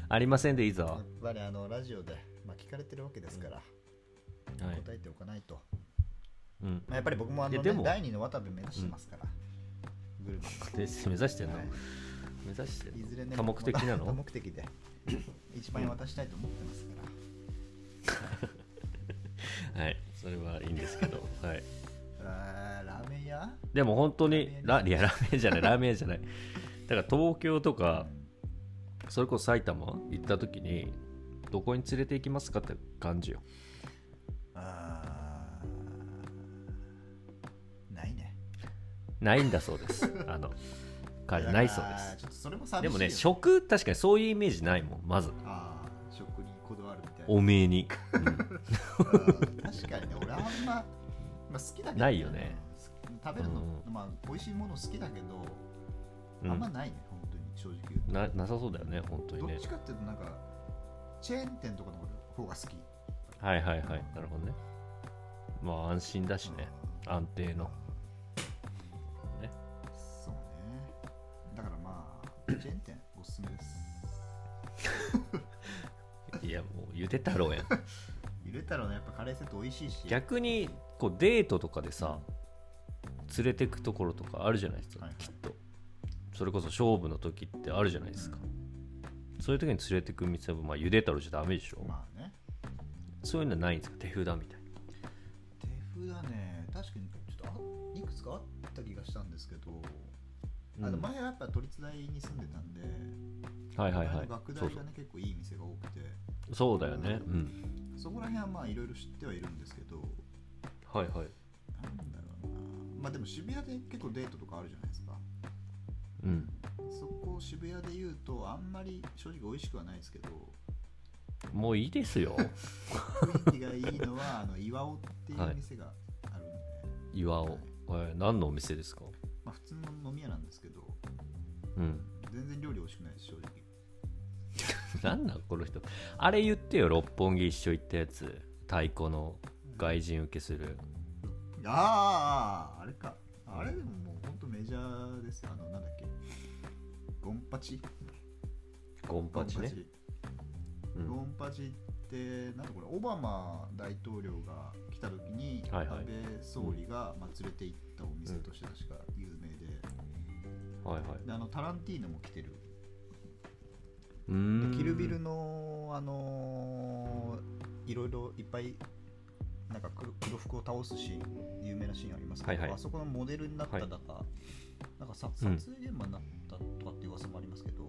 S1: ありませんでいい
S2: や
S1: ぞ
S2: っ。ぱりあのラジオで、まあ、聞かれてるわけですから、
S1: はい。
S2: 答えておかないと、
S1: うん。
S2: まあ、やっぱり僕もあの、
S1: い
S2: ね、
S1: やでも
S2: 第二の渡部目指してますから、グルメ
S1: で目指してんの、
S2: はい
S1: 目指してん
S2: い
S1: の
S2: ずれね
S1: 多目的 なの
S2: 多目的で一番に渡したいと思ってますから、
S1: はい。それはいいんですけど。はい。
S2: あーラーメン屋
S1: でも本当に
S2: ラ
S1: ラ
S2: ー
S1: いやラーメンじゃないラーメン屋じゃないだから東京とかそれこそ埼玉行った時にどこに連れて行きますかって感じよ
S2: あーないね
S1: ないんだそうです あの彼
S2: や
S1: ないそうで
S2: あ
S1: す
S2: ーちょっとそれも寂しい
S1: で
S2: よ
S1: もね食確かにそういうイメージないもんまず
S2: あー食にこだわるみたいな
S1: おめえに、
S2: うん確かにね俺あんま、まあ、好きだけど、
S1: ないよね
S2: 好き食べるの、
S1: う
S2: まあ、美味しいもの好きだけど、
S1: うん
S2: あ
S1: うん
S2: ま
S1: な
S2: ないね本当に正直言うと
S1: なさそうだよね本当に
S2: ど
S1: ね
S2: っちかっていうとなんかチェーン店とかの方が好き
S1: はいはいはいなるほどねまあ安心だしね安定のね
S2: そうねだからまあチェーン店おすすめです
S1: いやもうゆで太郎 やん
S2: 入れたらねやっぱカレーセット美味しいし
S1: 逆にこうデートとかでさ連れてくところとかあるじゃないですか、
S2: はいはい
S1: きっとそれこそ勝負の時ってあるじゃないですか、そういう時に連れてく店はまあゆで太郎じゃダメでしょ、
S2: まあね
S1: そういうのはないんですか手札みたい
S2: 手札ね確かにちょっとあいくつかあった気がしたんですけど、
S1: な、
S2: あ
S1: う
S2: の
S1: ん、は
S2: 前はやっぱ都立大に住んでたんで、
S1: いはいはい
S2: 学大
S1: そ
S2: が
S1: う
S2: ね
S1: そう
S2: 結構いい店が多くて
S1: そうだよねうん
S2: そこら辺はまあいろいろ知ってはいるんですけど
S1: はいはい
S2: なんだろうなまあでも渋谷で結構デートとかあるじゃないですか
S1: うん
S2: そこ渋谷で言うとあんまり正直美味しくはないですけど
S1: もういいですよ
S2: 雰囲気がいいのはあの岩尾っていう店があるんで、
S1: 岩尾、
S2: はい
S1: えー何のお店ですか
S2: まあ普通の飲み屋なんですけど
S1: うん
S2: 全然料理美味しくないです正直
S1: なんなんこの人あれ言ってよ六本木一緒行ったやつ太鼓の外人受けする
S2: あーあーあーあれかあれでももうほんとメジャーですよあのなんだっけゴンパチ
S1: ゴンパチねう
S2: ゴ
S1: ん
S2: ンパチってなんだこれオバマ大統領が来た時に、
S1: はいはい
S2: 安倍総理が、まあ、連れて行ったお店として確か有名で,、
S1: はいはい
S2: であのタランティーノも来てる
S1: うー
S2: で
S1: ん
S2: キルビルのあのーいろいろいっぱいなんか黒黒服を倒すシーン有名なシーンありますけど、
S1: はいはい
S2: あそこのモデルになっただか、なんかさ撮影現場になったとかっていう噂もありますけど、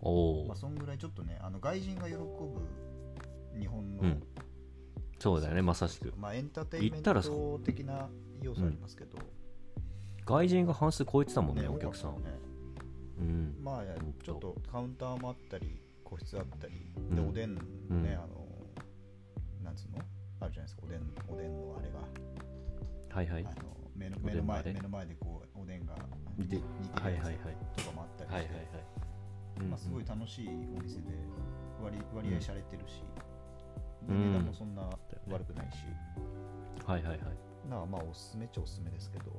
S1: お
S2: ま
S1: お
S2: あ、そんぐらいちょっとねあの外人が喜ぶ日本の、
S1: うんそうだよねまさしく
S2: まあ、エンターテインメン
S1: 行ったらさ
S2: ト的な要素ありますけど、
S1: 外人が半数超えてたもんね
S2: ね
S1: お客さん
S2: 多かったね
S1: うん
S2: まあ
S1: ん
S2: ちょっとカウンターもあったり個室あったり
S1: うん
S2: でおでんね、
S1: うん
S2: あのなんつうのあるじゃないですかおでんおでんのあれが、
S1: はいはい
S2: あの目の
S1: お
S2: 目
S1: で
S2: の
S1: んのあ
S2: 前
S1: れ
S2: 目の前でこうおでんが
S1: で
S2: 煮て煮てるや
S1: はいはい
S2: つとかもあったり
S1: は
S2: して、
S1: いはいはいうん
S2: まあ、すごい楽しいお店で割割合洒落てるし、で
S1: うん
S2: 値段もそんな悪くないし、
S1: はいはいは
S2: なんかまあおすすめっちゃおすすめですけど、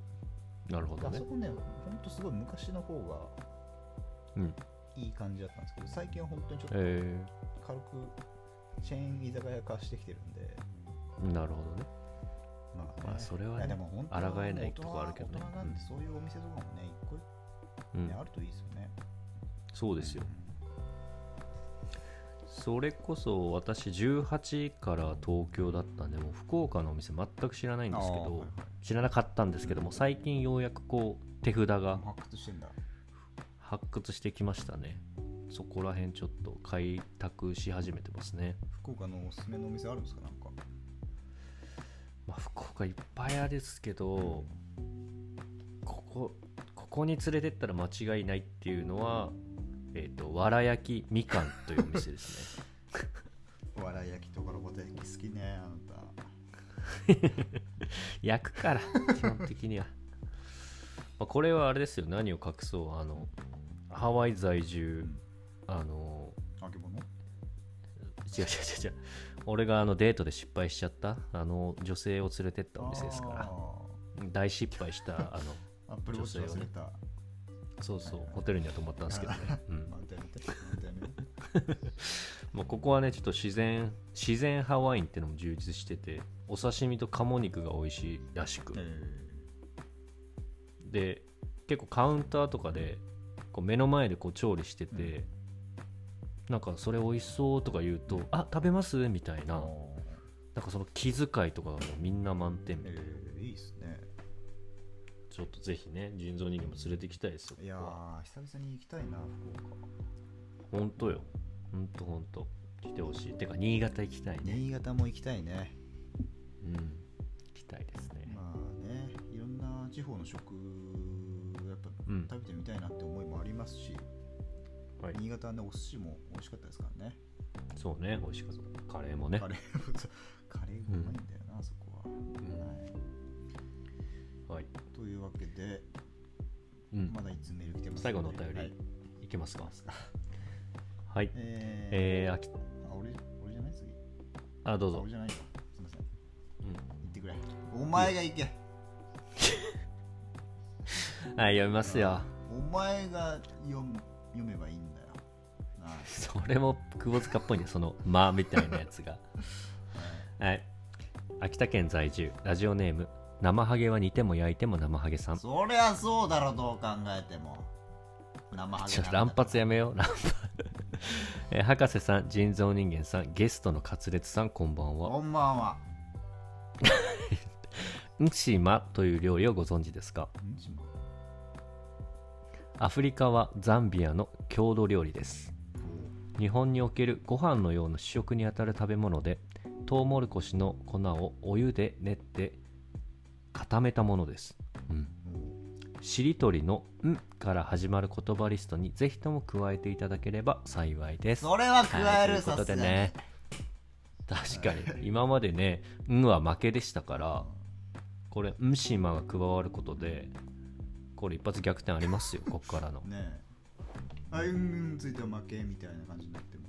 S1: いなるほど
S2: あ
S1: ね
S2: そこねほんとすごい昔の方が
S1: うん
S2: いい感じだったんですけど最近は本当にちょっと
S1: え
S2: 軽くチェーン居酒屋化してきてるんで、
S1: ー、なるほどね
S2: まあね
S1: まあそれはね
S2: いやでも本当
S1: 抗えないとこあるけどね
S2: 大人なんでそういうお店とかもね、一個一
S1: う
S2: 個
S1: ん
S2: ね、あるといいですよね。
S1: そうですよそれこそ私18から東京だったんでもう福岡のお店全く知らないんですけ
S2: あー
S1: ど
S2: はいはい
S1: 知らなかったんですけども最近ようやくこう手札が
S2: 発掘してんだ。
S1: 発掘してきましたねそこら辺ちょっと開拓し始めてますね、
S2: 福岡のおすすめのお店あるんですかなんか。
S1: まあ、福岡いっぱいあるんですけどここここに連れてったら間違いないっていうのはえっ、とわら焼きみかんというお店ですね
S2: お笑い焼きとかロボテ焼き好きね、あなた。
S1: 焼くから基本的には まあこれはあれですよ何を隠そうあのハワイ在住あの
S2: 揚げ物
S1: 違う違う違う違う俺があのデートで失敗しちゃったあの女性を連れてったお店ですから大失敗したあの
S2: ら。アップルウォッチ忘れた。
S1: そうそうホテルには泊まったんですけ どね、 うん
S2: あ、歌やめて。歌や めて。
S1: まあ、ここはねちょっと自然自然ハワインってのも充実しててお刺身と鴨肉が美味しいらしく、
S2: え
S1: で結構カウンターとかでこう目の前でこう調理してて、なんかそれ美味しそうとか言うと「あ食べます?」みたい
S2: ー
S1: ななんかその気遣いとかがもうみんな満点みたいな
S2: えーいいっすね。
S1: ちょっとぜひね、人造人間も連れてきたいですよ。
S2: いやー、久々に行きたいな、福岡。
S1: 本当よ。本当本当。来てほしい。てか、新潟行きたいね。
S2: 新潟も行きたいね。
S1: うん。行きたいですね。
S2: まあねいろんな地方の食やっぱ
S1: うん。
S2: 食べてみたいなって思いもありますし、
S1: はい。
S2: 新潟はねお寿司も美味しかったですからね
S1: そうね、美味しかった。カレーもね
S2: カ。レーそう カレーがうまいんだよな、そこは、はい、
S1: はい。
S2: というわけで
S1: うん
S2: ま。だいつメール来てます
S1: 最後のお便り
S2: はい
S1: いきますか。 はい。
S2: え
S1: えー、あき、
S2: ーあ俺俺じゃない次
S1: あ、どう
S2: あ
S1: ぞ
S2: 俺。じゃないかすいません言
S1: う
S2: ってくれお前が行け
S1: ん。はい、読みますよ。
S2: お前が読む読めばいいんだよなあ
S1: それも窪塚っぽいね、その、まあみたいなやつ が。はい。秋田県在住、ラジオネーム、生ハゲは煮ても焼いても生ハゲさん。
S2: そりゃそうだろどう考えても生ハゲ
S1: ちょっと
S2: なん
S1: 乱
S2: だ
S1: 発やめよう。乱発 えー博士さん、人造人間さん、ゲストのカツレツさん、こんばんは。
S2: こんばんは
S1: ンシマという料理をご存知ですか
S2: んしま
S1: アフリカはザンビアの郷土料理です。日本におけるご飯のような主食にあたる食べ物で、トウモロコシの粉をお湯で練って固めたものです。うん。しりとりの「ん」から始まる言葉リストにぜひとも加えていただければ幸いです。
S2: それは加え
S1: は
S2: る
S1: いという
S2: さ
S1: こと
S2: す
S1: で
S2: がに
S1: ね確かに今までね「ん」は負けでしたからこれ「ん」しまが加わることでこれ一発逆転ありますよこっからの
S2: ねえあうんうんついては負けみたいな感じになっても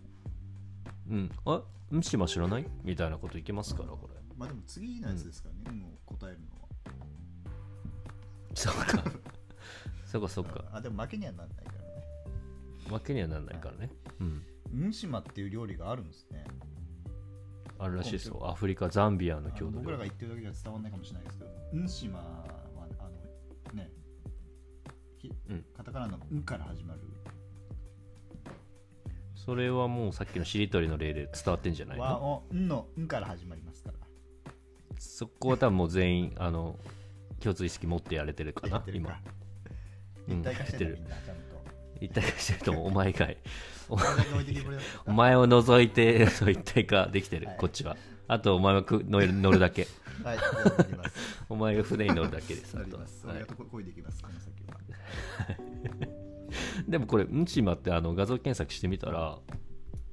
S1: うんあむしま知らないみたいなこといけますからこれ
S2: まあでも次のやつですからね、もう答えるのは
S1: そうかそうかそうか
S2: あでも負けにはなんないからね
S1: 負けにはなんないからねうん
S2: ムシマっていう料理があるんですね
S1: あるらしいですよアフリカザンビアの
S2: あの
S1: 郷土
S2: 僕ら
S1: 料
S2: が
S1: 理
S2: 言ってるだけじゃ伝わらないかもしれないですけどムシマはあのねひ
S1: うん
S2: カタカナの「ん」から始まる
S1: それはもうさっきのしりとりの例で伝わってんじゃ
S2: 「
S1: ない
S2: わ」
S1: の
S2: を「ん」の「ん」から始まりますから
S1: そこは多分もう全員あの共通意識持ってやれてるか
S2: や
S1: な
S2: ってる
S1: 今
S2: か
S1: うん
S2: 一体化して
S1: や
S2: る
S1: って
S2: みんなちゃんと
S1: 一体化してると思うお前以外お前
S2: これだけ置いてきぼりだった
S1: お前を除いて そう一体化できてる、
S2: はい
S1: こっちはあとお前はく乗る乗るだけ
S2: はいじゃあ乗 ります
S1: お前が船に乗るだけです
S2: 乗
S1: あ
S2: り
S1: とは
S2: ます
S1: はい
S2: 俺がとここいでいきますこの先は
S1: でもこれ「うんちま」ってあの画像検索してみたら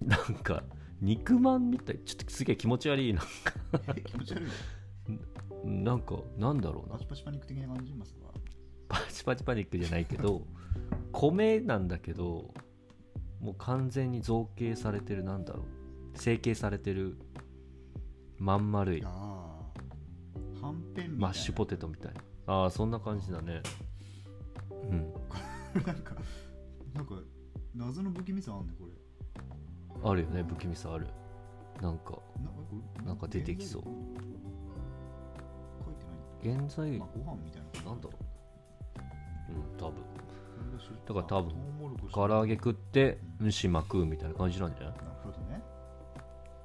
S1: なんか肉まんみたいちょっとすげえ気持ち悪いな
S2: え 気持ち悪いよ
S1: なんかなんだろうな
S2: パチパチパニック的な感じますか
S1: パチパチパニックじゃないけど米なんだけどもう完全に造形されてるなんだろう成形されてるまん丸い
S2: ああはんぺんみたいな
S1: マッシュポテトみたいなああそんな感じだねうん
S2: なんか、なんか、謎の不気味さあんね、これ。
S1: あるよね不気味さあるなんか
S2: なこれ
S1: なんか出てきそう
S2: 書いてないんだ
S1: 現在
S2: まあ、ご飯みたいな。
S1: なんだろううん多分だ
S2: だ
S1: から多分唐
S2: から
S1: 揚げ食って蒸しまくうみたいな感じなんじゃない
S2: なるほどね。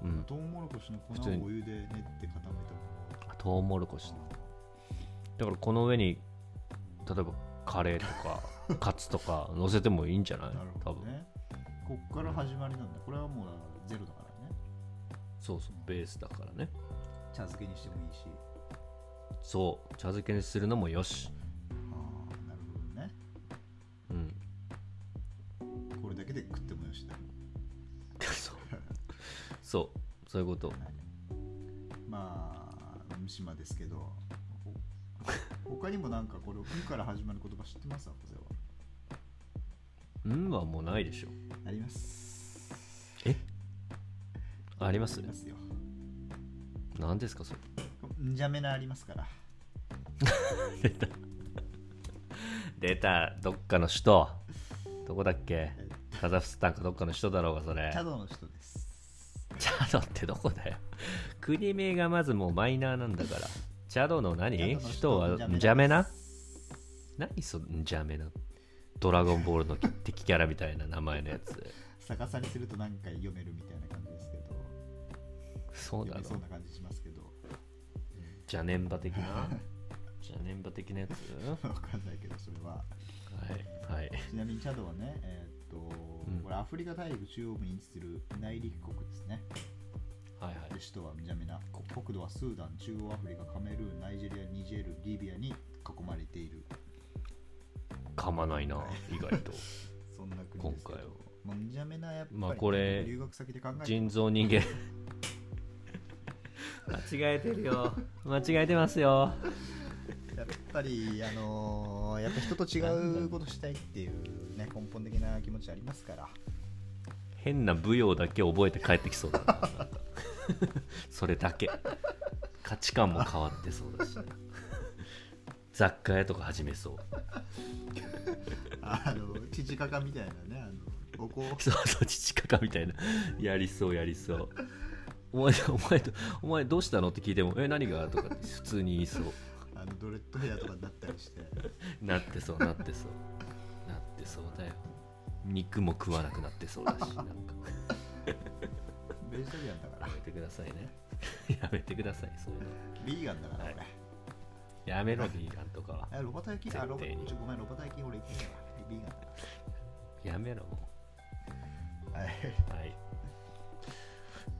S1: うん
S2: トウモロコシの粉
S1: 普通に
S2: をお湯で練って固めた
S1: トウモロコシだからこの上に例えばカレーとか カツとか乗せてもいいんじゃない
S2: なる
S1: 多
S2: ほど
S1: 分
S2: ね。こっから始まりなんだ。これはもうだからゼロだからね。
S1: そうそうベースだからね
S2: 茶漬けにしてもいいし。
S1: そう茶漬けにするのもよし
S2: ああ、なるほどね。
S1: うん
S2: これだけで食ってもよしだ。
S1: そうそうそういうこと
S2: まあ、虫島ですけど、ほ他にもなんかこれ、ふから始まる言葉知ってます博士は。
S1: うんはもうないでしょ
S2: あります。
S1: えありま
S2: あ
S1: す
S2: りますよ。
S1: 何ですかそれ
S2: んじゃめなありますから。
S1: 出たどっかの首都どこだっけ
S2: え
S1: カザフスタンかどっかの首都だろうがそれ
S2: チャドの人です。
S1: チャドってどこだよ国名がまずもうマイナーなんだからチャドの何
S2: チャドの
S1: 首都は
S2: ん
S1: んじゃめな何そのんじゃめなドラゴンボールの敵キャラみたいな名前のやつ
S2: 逆さにすると何回読めるみたいな感じですけど、
S1: そうだろ
S2: 読めそうな感じしますけど、
S1: ジャネンバ的 なジャネンバ的なやつ
S2: わかんないけど、それは。
S1: はいはい
S2: ちなみにチャドはね、えーっと、
S1: ん
S2: これアフリカ大陸中央部に位置する内陸国ですね。
S1: はいはい
S2: 首都はンジャメナこ国土はスーダン中央アフリカカメルーンナイジェリアニジェールリビアに囲まれている
S1: 噛まないな意外 と
S2: そんな国ですけど
S1: 今回は
S2: まあンジャメナやっぱり、
S1: まあこれ
S2: 留学先で考えて
S1: 人造人間 間違えてるよ 間違えてますよ
S2: やっぱりあのーやっぱ人と違うことしたいっていうね根本的な気持ちありますから
S1: 変な舞踊だけ覚えて帰ってきそうだな それだけ価値観も変わってそうだし雑貨屋とか始めそう
S2: あの父かかみたいなねあのおこ
S1: そうそう父かかみたいなやりそうやりそうお前お前とお前どうしたのって聞いても「え何が?」とかって普通に言いそう
S2: あのドレッドヘアとかになったりして
S1: なってそうなってそうなってそうだよ肉も食わなくなってそうだしなんか
S2: ベジタリアンだから
S1: やめてくださいねやめてくださいそういうの
S2: ビーガンだから
S1: はい
S2: 俺、
S1: やめろビーガンとかは
S2: あロバタ焼きあロバ
S1: 絶対に
S2: ちょごめんロバタ焼き俺行ってないわビーガンだか
S1: やめろも
S2: らはい。
S1: うはい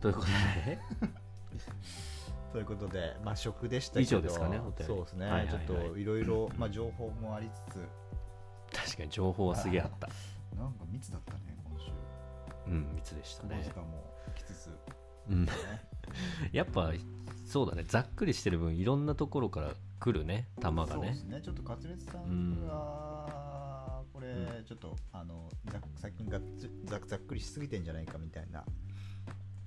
S1: ということで
S2: ということで、まあ、食でしたけど
S1: 以上ですかねお便り
S2: そうですね、
S1: はいはいはい
S2: ちょっといろいろ、まあ、情報もありつつ
S1: 確かに情報はすげえあった
S2: なんか密だったね今週
S1: うん密でした
S2: この
S1: ね
S2: 時間も来つつ、ね、
S1: うんやっぱそうだねざっくりしてる分いろんなところから来るね球が
S2: そうで
S1: ね
S2: すねちょっと勝烈さ
S1: うん
S2: んがこれ、
S1: う
S2: ちょっとあのざ最近がっつざざっくりしすぎてんじゃないかみたいな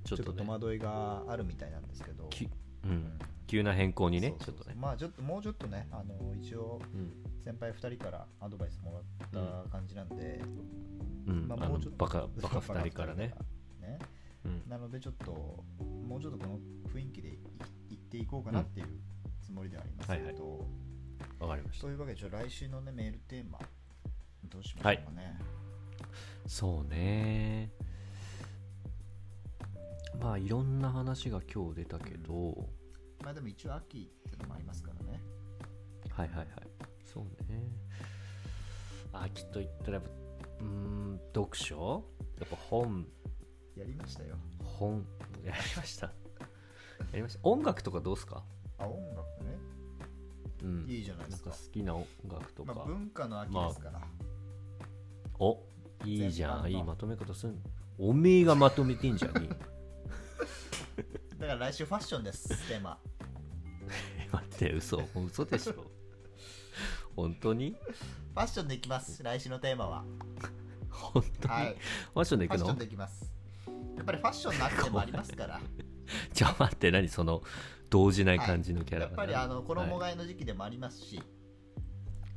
S1: ち
S2: ち
S1: ょ
S2: ょ
S1: っ
S2: っと
S1: とね
S2: 戸惑いがあるみたいなんですけど、
S1: きう
S2: うん
S1: ん、急な変更にね
S2: そ
S1: ち
S2: うそ
S1: ょっ
S2: うそう
S1: とね、
S2: まあちょっともうちょっとねあの一応
S1: うん
S2: 先輩2人からアドバイスもらった感じなんで、
S1: うん
S2: まあ
S1: あ
S2: も
S1: の
S2: うちょっと
S1: バカバ カ2人からね
S2: バカ、二人からね
S1: うん、
S2: なのでちょっともうちょっとこの雰囲気でいいっていこうかなっていうつもりではありますけど、
S1: はいはいわかりました
S2: というわけでちょっと来週の、ね、メールテーマどうしましょうかね、
S1: そうねまあいろんな話が今日出たけど
S2: まあでも一応秋ってのもありますからね
S1: はいはいはいそうね秋といったらやっぱうーん読書やっぱ本
S2: やりましたよ
S1: 本やりましたやりました音楽とかどうっすか
S2: あ音楽ね
S1: うん
S2: いいじゃないで
S1: なん
S2: す
S1: か
S2: か
S1: 好きな音楽とか、
S2: まあ、文化の秋ですから、
S1: おいいじ
S2: 全
S1: ゃ
S2: 般の
S1: んいいまとめ方すんおめえがまとめてんじゃねえ
S2: だから来週ファッションですテーマ
S1: え待って嘘もう嘘でしょ本当に
S2: ファッションでいきます来週のテー マは
S1: 本当に、
S2: はい
S1: ファッションで
S2: フ
S1: 行く
S2: ァッショ
S1: の
S2: ンでいきますやっぱりファッションの秋でもありま すから
S1: じゃあ待って何その動じない感じのキャ
S2: や
S1: ラ
S2: っ
S1: が
S2: ぱりあの衣
S1: はい
S2: 替えの時期でもありますし、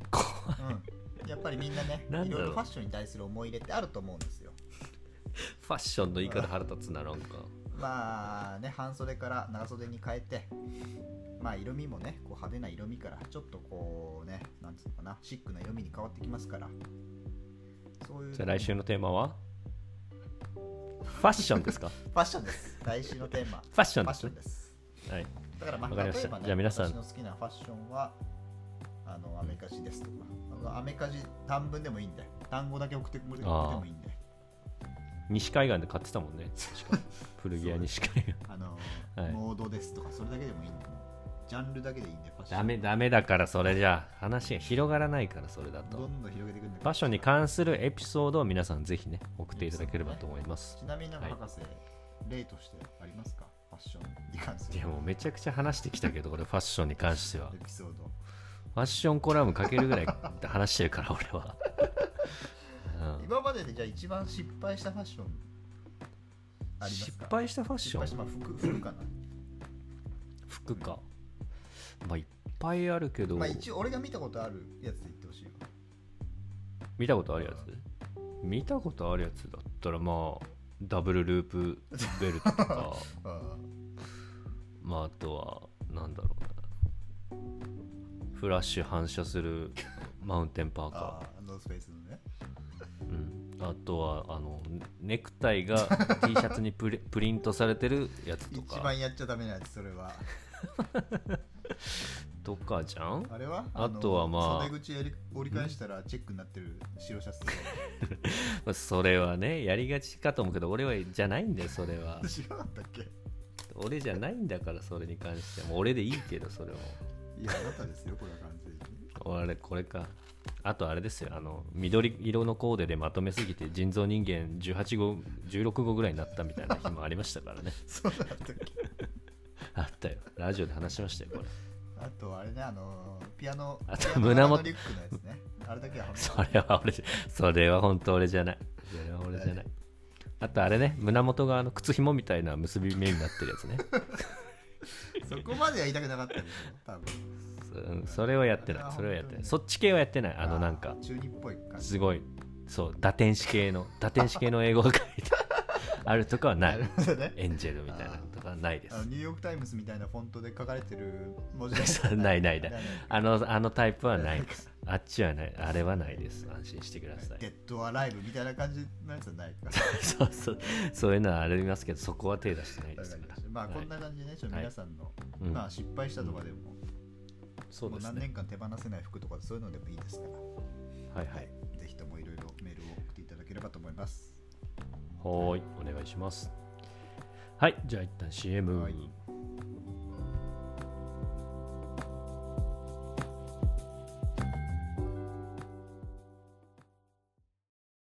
S1: こ
S2: うん、やっぱりみんなね
S1: なんだろう
S2: いろいろファッションに対する思い入れってあると思うんですよ
S1: ファッションの言い方腹立つななんか
S2: まあね半袖から長袖に変えてまあ色味もねこう派手な色味からちょっとこうねなんつうのかなシックな色味に変わってきますからそういう
S1: じゃあ来週のテーマはファッション ですかフ
S2: ファッションです来週のテーマフ
S1: ァッション
S2: ァ
S1: で
S2: ッシ
S1: す
S2: ョ
S1: ね
S2: ンです
S1: はい
S2: だからま
S1: わ
S2: あ
S1: か
S2: 例
S1: りました
S2: えばね
S1: じゃあ皆さん
S2: 私の好きなファッションはあのアメカジですとかあのアメカジ短文でもいいんで単語だけ送ってくれてもいいんで
S1: 西海岸で買ってたもんね確か古着屋西海岸
S2: あの、
S1: はい
S2: モードですとかそれだけでもいいんでジャンルだけでいいんでファッション
S1: ダメダメだからそれじゃあ話が広がらないからそれだ
S2: ど
S1: と
S2: んどん広げていくんだけど
S1: ファッションに関するエピソードを皆さんぜひね送っていただければと思います
S2: ちなみになんか
S1: はい
S2: 博士、例としてありますかファッションに関す
S1: い
S2: る
S1: やもうめちゃくちゃ話してきたけど俺ファッションに関しては
S2: エピソード
S1: ファッションコラム書けるぐらい話してるから俺は、うん
S2: 今まででじゃあ一番失敗したファッション あります
S1: 失
S2: か
S1: 敗したファッシ
S2: 失
S1: ョ
S2: 敗した
S1: ン
S2: まあ服服かな
S1: 服かまあいっぱいあるけど、
S2: まあ一応俺が見たことあるやつで言ってほしいよ
S1: 見たことあるやつ見たことあるやつだったらまあダブルループベルトと か
S2: あ
S1: まああとはなんだろうなフラッシュ反射するマウンテンパー
S2: ー
S1: カー
S2: あーノースペースのね
S1: うん、あとはあのネクタイが T シャツに プリプリントされてるやつと
S2: 一
S1: か
S2: 番やっちゃダメなやつそれは
S1: とかじゃん
S2: あれは
S1: あとはまあ
S2: の袖口折り折り返したらチェックになってる白シャツとか
S1: まあそれはねやりがちかと思うけど俺はじゃないんだよそれは
S2: 知らなかったっ け
S1: 俺じゃないんだからそれに関してはもう俺でいいけどそれも
S2: いやあなたですよこれは完全に
S1: 俺これかあとあれですよあの緑色のコーデでまとめすぎて人造人間18号16号ぐらいになったみたいな日もありましたからね
S2: そうだったっけ
S1: あったよラジオで話しましたよこれ
S2: あとあれね、あのーピアノ、
S1: あと
S2: ピアノ
S1: 胸元
S2: ハンドリュックのやつね。あれだけは、
S1: それは俺じゃ、それは本当俺じゃない。それは俺じゃない。あとあれね、胸元があの靴紐みたいな結び目になってるやつね。
S2: そこまでは言いたくなかったでしょ、多分。
S1: そそれはやってない。それはやってない。そっち系はやってない。あのなんか
S2: ー、中二っぽい感じ。
S1: すごい、そう、打天使系の、打天使系の英語が書いてあるとかはな
S2: ないる。ほどね。
S1: エンジェルみたいなのとかはないで
S2: あの
S1: す。
S2: ニューヨーク・タイムズみたいなフォントで書かれてる文字
S1: そう ないない ない
S2: あ
S1: あの、あのタイプはない です。あっちはない。あれはないです。安心してください
S2: デ。ッド・アライブみたいな感じのやつはないから。
S1: そうそう。そういうのはありますけど、そこは手出してないで
S2: わ
S1: す
S2: かり
S1: か
S2: ま
S1: ら
S2: した。まあ、
S1: はい
S2: こんな感じでね、ちょっと皆さんの、
S1: うん
S2: まあ、失敗したとかでも、
S1: そう
S2: もう
S1: です
S2: 何
S1: ね。
S2: 年間手放せない服とか、そういうのでもいいですから、
S1: はいはい。
S2: ぜひともいろいろメールを送っていただければと思います。
S1: はーい、お願いします。はい、じゃあ一旦 CM。
S2: はい